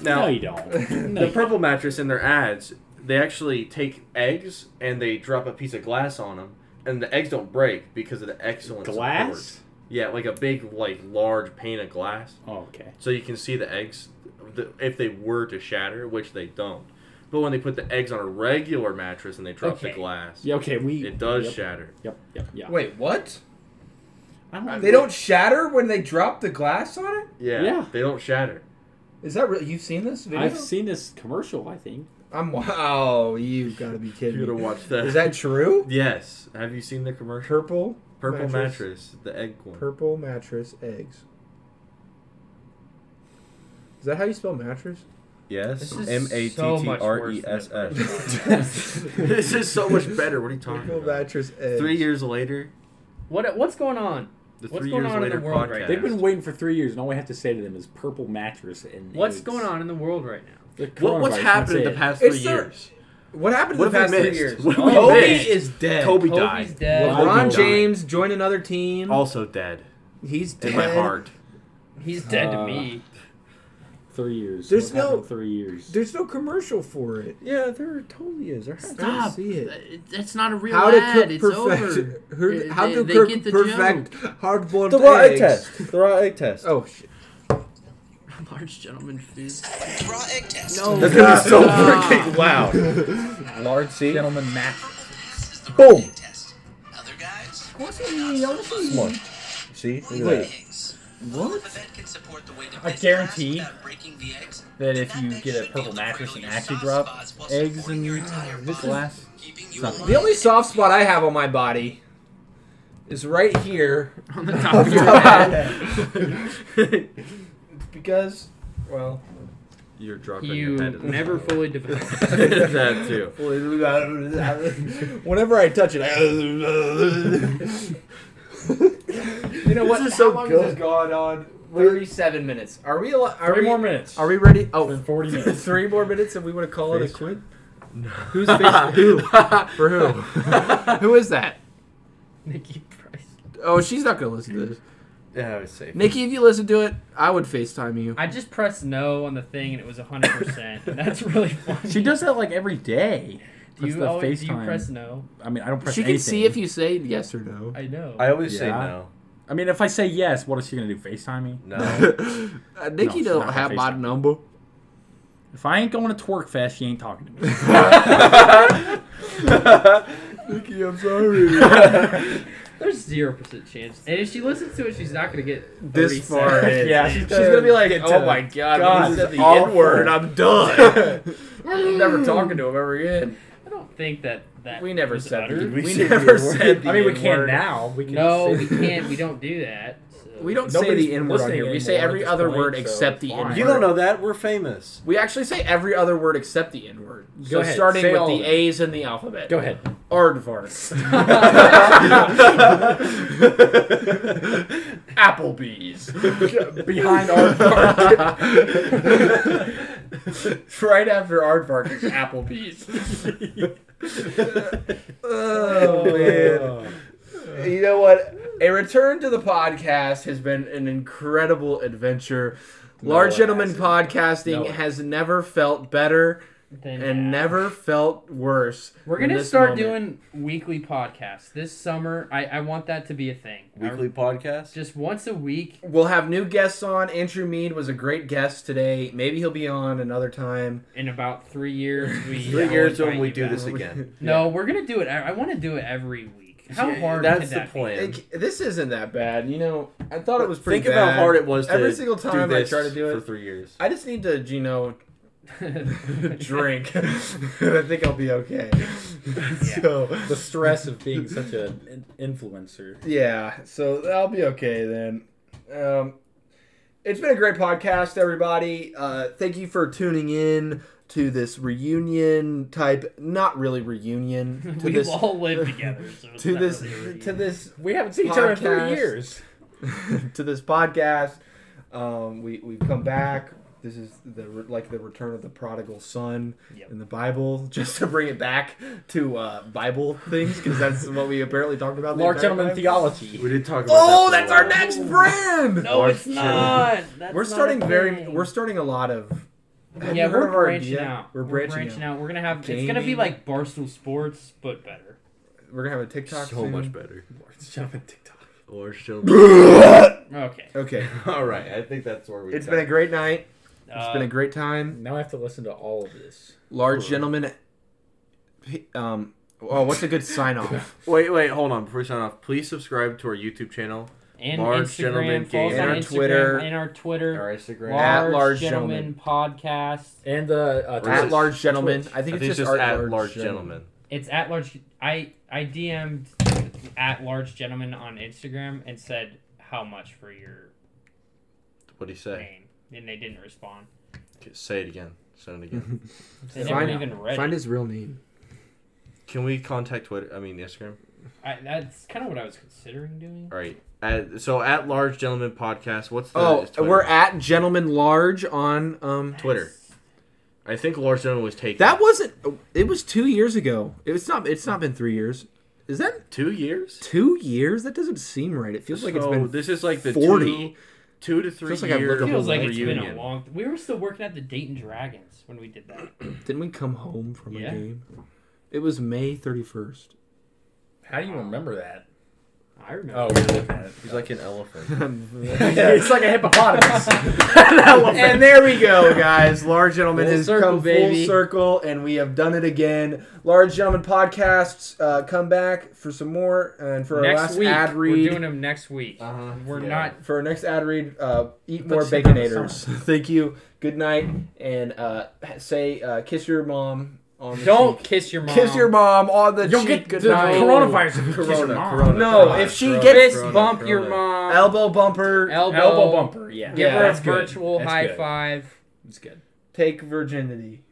[SPEAKER 2] now,
[SPEAKER 4] no, you don't. No,
[SPEAKER 2] the purple mattress in their ads, they actually take eggs and they drop a piece of glass on them, and the eggs don't break because of the excellent
[SPEAKER 4] glass.
[SPEAKER 2] support. Yeah, like a big, like large pane of glass,
[SPEAKER 4] Oh, okay.
[SPEAKER 2] so you can see the eggs the, if they were to shatter, which they don't. But when they put the eggs on a regular mattress and they drop the
[SPEAKER 4] Okay.
[SPEAKER 2] glass,
[SPEAKER 4] Yeah, okay. We
[SPEAKER 2] it does
[SPEAKER 4] Yep,
[SPEAKER 2] shatter.
[SPEAKER 4] yep, yep, yep.
[SPEAKER 3] Wait, what?
[SPEAKER 4] I don't
[SPEAKER 3] They don't shatter when they drop the glass on it?
[SPEAKER 2] Yeah,
[SPEAKER 4] Yeah.
[SPEAKER 2] they don't shatter.
[SPEAKER 3] Is that real? You've seen this video?
[SPEAKER 4] I've seen this commercial. I think.
[SPEAKER 3] I'm wow. You gotta be
[SPEAKER 2] You
[SPEAKER 3] kidding
[SPEAKER 2] gotta
[SPEAKER 3] me.
[SPEAKER 2] watch that.
[SPEAKER 3] Is that true?
[SPEAKER 2] Yes. Have you seen the commercial?
[SPEAKER 3] Purple
[SPEAKER 2] Purple
[SPEAKER 3] mattress.
[SPEAKER 2] mattress, the egg one.
[SPEAKER 3] Purple mattress eggs. Is that how you spell mattress?
[SPEAKER 1] This
[SPEAKER 2] yes.
[SPEAKER 1] is
[SPEAKER 2] M A T
[SPEAKER 1] so
[SPEAKER 2] T
[SPEAKER 1] much
[SPEAKER 2] R
[SPEAKER 1] worse
[SPEAKER 2] E
[SPEAKER 1] than
[SPEAKER 2] S
[SPEAKER 1] the
[SPEAKER 2] S.
[SPEAKER 1] first one.
[SPEAKER 2] This is so much better. What are you talking
[SPEAKER 3] Purple
[SPEAKER 2] about?
[SPEAKER 3] mattress eggs.
[SPEAKER 2] Three years later,
[SPEAKER 1] What what's going on?
[SPEAKER 2] the
[SPEAKER 1] What's
[SPEAKER 2] three
[SPEAKER 1] going
[SPEAKER 2] years
[SPEAKER 1] on in
[SPEAKER 2] later
[SPEAKER 1] the world
[SPEAKER 2] podcast.
[SPEAKER 1] right now?
[SPEAKER 4] They've been waiting for three years, and all I have to say to them is "purple mattress." And
[SPEAKER 1] What's
[SPEAKER 4] eggs."
[SPEAKER 1] going on in the world right now?
[SPEAKER 4] The
[SPEAKER 2] What, what's
[SPEAKER 4] coronavirus,
[SPEAKER 2] happened in the
[SPEAKER 4] that's
[SPEAKER 2] past
[SPEAKER 3] It's
[SPEAKER 2] three
[SPEAKER 3] their-
[SPEAKER 2] years?
[SPEAKER 3] What happened in
[SPEAKER 2] What
[SPEAKER 3] the
[SPEAKER 2] have
[SPEAKER 3] past
[SPEAKER 2] we
[SPEAKER 3] three
[SPEAKER 2] missed?
[SPEAKER 3] years?
[SPEAKER 2] What have we
[SPEAKER 3] Kobe
[SPEAKER 2] missed?
[SPEAKER 3] is dead.
[SPEAKER 2] Kobe
[SPEAKER 1] Kobe's
[SPEAKER 2] died.
[SPEAKER 1] dead.
[SPEAKER 4] Well,
[SPEAKER 3] LeBron
[SPEAKER 4] Kobe
[SPEAKER 3] James joined another team.
[SPEAKER 2] Also dead.
[SPEAKER 3] He's dead.
[SPEAKER 2] In my heart.
[SPEAKER 1] He's dead to
[SPEAKER 4] Uh,
[SPEAKER 1] me.
[SPEAKER 4] it. Three years.
[SPEAKER 3] There's
[SPEAKER 4] What happened
[SPEAKER 3] no-
[SPEAKER 4] in three years.
[SPEAKER 3] There's no commercial for it.
[SPEAKER 2] Yeah, there totally is.
[SPEAKER 3] Stop. See it.
[SPEAKER 1] That's not a real
[SPEAKER 3] How to cook
[SPEAKER 1] It's over.
[SPEAKER 3] perfect?
[SPEAKER 1] They-
[SPEAKER 3] Who, how
[SPEAKER 1] they-
[SPEAKER 3] to
[SPEAKER 1] they
[SPEAKER 3] cook
[SPEAKER 1] get the
[SPEAKER 3] perfect hard-boiled
[SPEAKER 2] The raw egg
[SPEAKER 3] eggs?
[SPEAKER 2] test. The raw egg test.
[SPEAKER 3] Oh shit!
[SPEAKER 1] Large gentleman food.
[SPEAKER 10] Raw egg test.
[SPEAKER 1] No.
[SPEAKER 2] That's gonna be so
[SPEAKER 1] Stop.
[SPEAKER 2] freaking loud.
[SPEAKER 3] Large C.
[SPEAKER 4] Gentlemen, match.
[SPEAKER 10] This is the raw
[SPEAKER 2] Boom.
[SPEAKER 10] egg test. Other guys,
[SPEAKER 2] Smart. See? Look at
[SPEAKER 10] boiling
[SPEAKER 2] that.
[SPEAKER 10] eggs.
[SPEAKER 3] What?
[SPEAKER 10] The vet can support the weight of
[SPEAKER 4] I
[SPEAKER 10] eggs
[SPEAKER 4] guarantee
[SPEAKER 10] without breaking the eggs,
[SPEAKER 4] that
[SPEAKER 10] and
[SPEAKER 4] if
[SPEAKER 10] that
[SPEAKER 4] you
[SPEAKER 10] egg
[SPEAKER 4] get a
[SPEAKER 10] should be
[SPEAKER 4] purple
[SPEAKER 10] able to
[SPEAKER 4] mattress
[SPEAKER 10] cradle
[SPEAKER 4] and
[SPEAKER 10] your
[SPEAKER 4] actually
[SPEAKER 10] soft
[SPEAKER 4] drop
[SPEAKER 10] spots while
[SPEAKER 4] eggs
[SPEAKER 10] supporting
[SPEAKER 4] in
[SPEAKER 10] your
[SPEAKER 4] your-
[SPEAKER 10] entire
[SPEAKER 4] this
[SPEAKER 10] body,
[SPEAKER 4] glass.
[SPEAKER 10] keeping you
[SPEAKER 4] Something.
[SPEAKER 10] alive
[SPEAKER 3] The only
[SPEAKER 10] and
[SPEAKER 3] soft spot I have on my body is right here.
[SPEAKER 1] On the top of your head.
[SPEAKER 3] it's because, well,
[SPEAKER 2] You're dropping
[SPEAKER 1] You
[SPEAKER 2] your head. in the
[SPEAKER 1] never
[SPEAKER 2] floor.
[SPEAKER 1] fully developed.
[SPEAKER 2] that too.
[SPEAKER 3] whenever I touch it, I. you know what?
[SPEAKER 2] This is so
[SPEAKER 3] How long
[SPEAKER 2] good.
[SPEAKER 3] has this gone on? Thirty-seven minutes. Are we? al- Are
[SPEAKER 4] Three
[SPEAKER 3] we,
[SPEAKER 4] more minutes.
[SPEAKER 3] Are we ready?
[SPEAKER 4] It's been
[SPEAKER 3] Oh,
[SPEAKER 4] Forty minutes.
[SPEAKER 3] three more minutes, and we want to call it a
[SPEAKER 2] Face-
[SPEAKER 3] quid. Who's face- who? For who? who is that?
[SPEAKER 1] Nikki Price.
[SPEAKER 3] Oh, she's not gonna listen to this.
[SPEAKER 2] Yeah, I would say.
[SPEAKER 3] Nikki, if you listen to it, I would FaceTime you.
[SPEAKER 1] I just pressed no on the thing and it was 100%. and that's really funny.
[SPEAKER 4] She does that like every day.
[SPEAKER 1] Do
[SPEAKER 4] That's
[SPEAKER 1] you,
[SPEAKER 4] the
[SPEAKER 1] always, do you
[SPEAKER 4] FaceTime.
[SPEAKER 1] press no?
[SPEAKER 4] I mean, I don't press
[SPEAKER 3] she can
[SPEAKER 4] anything.
[SPEAKER 3] see if you say yes or no.
[SPEAKER 1] I know.
[SPEAKER 2] I always say
[SPEAKER 4] Yeah.
[SPEAKER 2] no.
[SPEAKER 4] I mean, if I say yes, what is she gonna do? Facetime me?
[SPEAKER 2] No.
[SPEAKER 3] Uh, Nikki
[SPEAKER 4] she's
[SPEAKER 3] don't
[SPEAKER 4] not
[SPEAKER 3] have
[SPEAKER 4] gonna
[SPEAKER 3] my
[SPEAKER 4] FaceTime.
[SPEAKER 3] number.
[SPEAKER 4] If I ain't going to twerk fest, she ain't talking to me.
[SPEAKER 3] Nikki, I'm sorry.
[SPEAKER 1] There's 0% chance. And if she listens to it, she's not going to get
[SPEAKER 3] This
[SPEAKER 1] 30
[SPEAKER 3] far
[SPEAKER 1] seconds.
[SPEAKER 3] in.
[SPEAKER 4] yeah, she's,
[SPEAKER 3] She's gonna be like,
[SPEAKER 4] Get to
[SPEAKER 3] oh
[SPEAKER 4] the-
[SPEAKER 3] my god, when
[SPEAKER 4] God,
[SPEAKER 3] he
[SPEAKER 4] this
[SPEAKER 3] said
[SPEAKER 4] is
[SPEAKER 3] the
[SPEAKER 4] awful."
[SPEAKER 3] N word, I'm done. I'm never talking to him ever again.
[SPEAKER 1] I don't think that that
[SPEAKER 3] We never
[SPEAKER 1] was
[SPEAKER 3] said
[SPEAKER 1] uttered.
[SPEAKER 3] the-
[SPEAKER 2] Did we
[SPEAKER 3] we,
[SPEAKER 2] say
[SPEAKER 3] never
[SPEAKER 2] the N-word?
[SPEAKER 3] said the
[SPEAKER 4] I mean, we
[SPEAKER 3] N-word.
[SPEAKER 4] can now. We can
[SPEAKER 1] No,
[SPEAKER 4] say-
[SPEAKER 1] we can't. We don't do that. so-
[SPEAKER 3] We don't
[SPEAKER 4] Nobody's
[SPEAKER 3] say the N word on
[SPEAKER 4] listening
[SPEAKER 3] here. We say
[SPEAKER 4] anymore at
[SPEAKER 3] every
[SPEAKER 4] this
[SPEAKER 3] other
[SPEAKER 4] point,
[SPEAKER 3] word
[SPEAKER 4] so
[SPEAKER 3] except the
[SPEAKER 4] it's
[SPEAKER 3] N
[SPEAKER 4] fine.
[SPEAKER 3] word.
[SPEAKER 2] You don't know that? We're famous.
[SPEAKER 3] We actually say every other word except the N word. So
[SPEAKER 4] Go ahead,
[SPEAKER 3] starting
[SPEAKER 4] say
[SPEAKER 3] with
[SPEAKER 4] all
[SPEAKER 3] the
[SPEAKER 4] of it.
[SPEAKER 3] A's in the alphabet.
[SPEAKER 4] Go ahead.
[SPEAKER 3] Aardvark. Applebee's.
[SPEAKER 4] Behind our
[SPEAKER 3] right after Aardvark is Applebee's. oh man. You know what? A return to the podcast has been an incredible adventure. Large
[SPEAKER 4] it
[SPEAKER 3] Gentleman
[SPEAKER 4] hasn't.
[SPEAKER 3] Podcasting
[SPEAKER 4] No.
[SPEAKER 3] has never felt better.
[SPEAKER 1] Then
[SPEAKER 3] and
[SPEAKER 1] yeah.
[SPEAKER 3] never felt worse.
[SPEAKER 1] We're
[SPEAKER 3] than
[SPEAKER 1] gonna
[SPEAKER 3] this
[SPEAKER 1] start doing
[SPEAKER 3] moment.
[SPEAKER 1] weekly podcasts this summer. I, I want that to be a thing.
[SPEAKER 11] Weekly podcast.
[SPEAKER 1] I- just once a week.
[SPEAKER 3] We'll have new guests on. Andrew Mead was a great guest today. Maybe he'll be on another time.
[SPEAKER 1] In about three years, we
[SPEAKER 11] Three
[SPEAKER 1] will
[SPEAKER 11] years
[SPEAKER 1] invite
[SPEAKER 11] when we
[SPEAKER 1] you
[SPEAKER 11] do
[SPEAKER 1] back.
[SPEAKER 11] this again.
[SPEAKER 1] No, we're gonna do it. I, I want to do it every week. How
[SPEAKER 11] Yeah,
[SPEAKER 1] hard
[SPEAKER 11] That's
[SPEAKER 1] could
[SPEAKER 11] the
[SPEAKER 1] that be?
[SPEAKER 11] plan.
[SPEAKER 3] It- this isn't that bad, you know. I thought it was pretty.
[SPEAKER 2] Think about
[SPEAKER 3] bad.
[SPEAKER 2] how hard it was to
[SPEAKER 3] Every single time
[SPEAKER 2] do
[SPEAKER 3] I
[SPEAKER 2] this
[SPEAKER 3] try to do
[SPEAKER 2] for
[SPEAKER 3] it,
[SPEAKER 2] three years.
[SPEAKER 3] I just need to, you know, drink. I think I'll be okay. So
[SPEAKER 4] The stress of being such a- an influencer.
[SPEAKER 3] yeah, so I'll be okay then. Um, it's been a great podcast, everybody. Uh, thank you for tuning in to this reunion type, not really reunion to
[SPEAKER 1] we
[SPEAKER 3] this
[SPEAKER 1] all live together. So it's
[SPEAKER 3] to
[SPEAKER 1] not
[SPEAKER 3] this
[SPEAKER 1] really a reunion.
[SPEAKER 3] to this
[SPEAKER 4] We haven't seen each other in
[SPEAKER 3] Podcast.
[SPEAKER 4] three years.
[SPEAKER 3] to this podcast. Um, we we've come back. This is the re- like the return of the prodigal son
[SPEAKER 1] Yep.
[SPEAKER 3] in the Bible, just to bring it back to uh, Bible things because that's what we apparently talked about. the
[SPEAKER 4] Large
[SPEAKER 3] entire
[SPEAKER 4] gentleman
[SPEAKER 3] time.
[SPEAKER 4] theology.
[SPEAKER 2] We did talk about
[SPEAKER 3] Oh,
[SPEAKER 2] that
[SPEAKER 3] that's
[SPEAKER 2] for a
[SPEAKER 3] our
[SPEAKER 2] while.
[SPEAKER 3] next brand.
[SPEAKER 1] No,
[SPEAKER 2] Large
[SPEAKER 1] it's not. That's
[SPEAKER 3] we're
[SPEAKER 1] not
[SPEAKER 3] starting
[SPEAKER 1] a
[SPEAKER 3] very.
[SPEAKER 1] thing.
[SPEAKER 3] We're starting a lot of. Have
[SPEAKER 1] yeah,
[SPEAKER 3] you heard
[SPEAKER 1] we're
[SPEAKER 3] of our
[SPEAKER 1] branching
[SPEAKER 3] idea?
[SPEAKER 1] out.
[SPEAKER 3] We're branching, out.
[SPEAKER 1] We're gonna have. It's gonna be
[SPEAKER 3] Gaming.
[SPEAKER 1] like Barstool Sports, but better.
[SPEAKER 3] We're gonna have a TikTok.
[SPEAKER 2] So
[SPEAKER 3] soon.
[SPEAKER 2] much better.
[SPEAKER 4] Large gentleman TikTok.
[SPEAKER 2] Or still.
[SPEAKER 1] Okay.
[SPEAKER 3] Okay,
[SPEAKER 2] All right, I think that's where we.
[SPEAKER 3] it's been a great night. It's
[SPEAKER 1] uh,
[SPEAKER 3] been a great time.
[SPEAKER 4] Now I have to listen to all of this.
[SPEAKER 3] Large gentleman. p- Um. Oh, what's a good sign off?
[SPEAKER 2] Wait, wait, hold on. Before we sign off, please subscribe to our YouTube channel,
[SPEAKER 1] Uh, and
[SPEAKER 2] large
[SPEAKER 1] Instagram,
[SPEAKER 2] gentleman
[SPEAKER 1] follow us
[SPEAKER 2] game.
[SPEAKER 1] on
[SPEAKER 3] And our
[SPEAKER 1] Instagram,
[SPEAKER 3] Twitter.
[SPEAKER 1] and our Twitter.
[SPEAKER 2] our Instagram.
[SPEAKER 1] Large,
[SPEAKER 3] At Large
[SPEAKER 1] gentleman, podcast.
[SPEAKER 4] And uh, uh
[SPEAKER 2] Or is
[SPEAKER 3] at
[SPEAKER 2] it
[SPEAKER 4] Twitch.
[SPEAKER 3] large gentlemen.
[SPEAKER 4] Twitch.
[SPEAKER 3] I think
[SPEAKER 2] I
[SPEAKER 3] it's
[SPEAKER 2] think it's
[SPEAKER 3] just,
[SPEAKER 2] just
[SPEAKER 3] art
[SPEAKER 2] at
[SPEAKER 3] large,
[SPEAKER 2] large
[SPEAKER 3] gentlemen.
[SPEAKER 2] gentleman.
[SPEAKER 1] It's at large. I I DM'd at large gentleman on Instagram and said how much for your
[SPEAKER 2] What do you say?
[SPEAKER 1] name, and they didn't respond.
[SPEAKER 2] Okay, Say it again. Send it
[SPEAKER 3] Mm-hmm.
[SPEAKER 2] again.
[SPEAKER 1] They
[SPEAKER 3] Find-
[SPEAKER 1] never even read.
[SPEAKER 3] Find
[SPEAKER 1] it.
[SPEAKER 3] his real name.
[SPEAKER 2] Can we contact Twitter? I mean Instagram.
[SPEAKER 1] I, that's kind of what I was considering doing.
[SPEAKER 2] All right. At, so at large gentleman podcast. What's the
[SPEAKER 3] Oh,
[SPEAKER 2] Twitter?
[SPEAKER 3] we're at gentleman large on um.
[SPEAKER 2] Twitter. I think large gentleman was taken.
[SPEAKER 3] That wasn't. It was two years ago. It's not. It's not been three years. Is that
[SPEAKER 2] two years.
[SPEAKER 3] two years? That doesn't seem right. It feels like it's
[SPEAKER 2] So
[SPEAKER 3] been.
[SPEAKER 2] This is like the
[SPEAKER 3] 40.
[SPEAKER 2] two, two to three
[SPEAKER 3] Feels like I've
[SPEAKER 2] year
[SPEAKER 3] lived a whole
[SPEAKER 1] Feels like it's
[SPEAKER 2] reunion.
[SPEAKER 1] been a long. We were still working at the Dayton Dragons when we did that.
[SPEAKER 3] Didn't we come home from
[SPEAKER 1] Yeah.
[SPEAKER 3] a game? It was May thirty first.
[SPEAKER 4] How do you remember that?
[SPEAKER 1] I remember.
[SPEAKER 4] Oh, we're looking at it.
[SPEAKER 2] He's like an elephant.
[SPEAKER 4] it's like a hippopotamus.
[SPEAKER 3] and there we go, guys. Large Gentleman
[SPEAKER 1] Full
[SPEAKER 3] has
[SPEAKER 1] circle,
[SPEAKER 3] come
[SPEAKER 1] baby.
[SPEAKER 3] full circle, and we have done it again. Large Gentleman podcasts uh, come back for some more, and for our
[SPEAKER 1] next
[SPEAKER 3] last
[SPEAKER 1] week
[SPEAKER 3] ad read.
[SPEAKER 1] we're doing them next week.
[SPEAKER 2] Uh-huh.
[SPEAKER 1] We're
[SPEAKER 2] Yeah.
[SPEAKER 1] not.
[SPEAKER 3] for our next ad read, uh, eat more
[SPEAKER 1] Let's sit down with
[SPEAKER 3] baconators. Thank you. Good night, and uh, say uh, kiss your mom on the
[SPEAKER 1] Don't
[SPEAKER 3] cheek.
[SPEAKER 1] kiss your mom.
[SPEAKER 3] kiss your mom on the
[SPEAKER 4] You'll
[SPEAKER 3] cheek.
[SPEAKER 4] get
[SPEAKER 3] Good
[SPEAKER 4] the
[SPEAKER 3] night.
[SPEAKER 4] coronavirus if you kiss your
[SPEAKER 2] Corona,
[SPEAKER 4] mom.
[SPEAKER 2] corona.
[SPEAKER 3] No,
[SPEAKER 2] corona,
[SPEAKER 3] if she
[SPEAKER 2] corona,
[SPEAKER 3] gets
[SPEAKER 1] Fist
[SPEAKER 2] corona,
[SPEAKER 1] bump
[SPEAKER 2] corona.
[SPEAKER 1] your mom.
[SPEAKER 3] elbow bumper.
[SPEAKER 1] Elbow.
[SPEAKER 4] Elbow bumper. Yeah.
[SPEAKER 1] Give
[SPEAKER 3] Yeah,
[SPEAKER 1] her a
[SPEAKER 4] that's good.
[SPEAKER 1] virtual
[SPEAKER 4] That's
[SPEAKER 1] high
[SPEAKER 4] good.
[SPEAKER 1] five.
[SPEAKER 4] It's good.
[SPEAKER 3] Take virginity.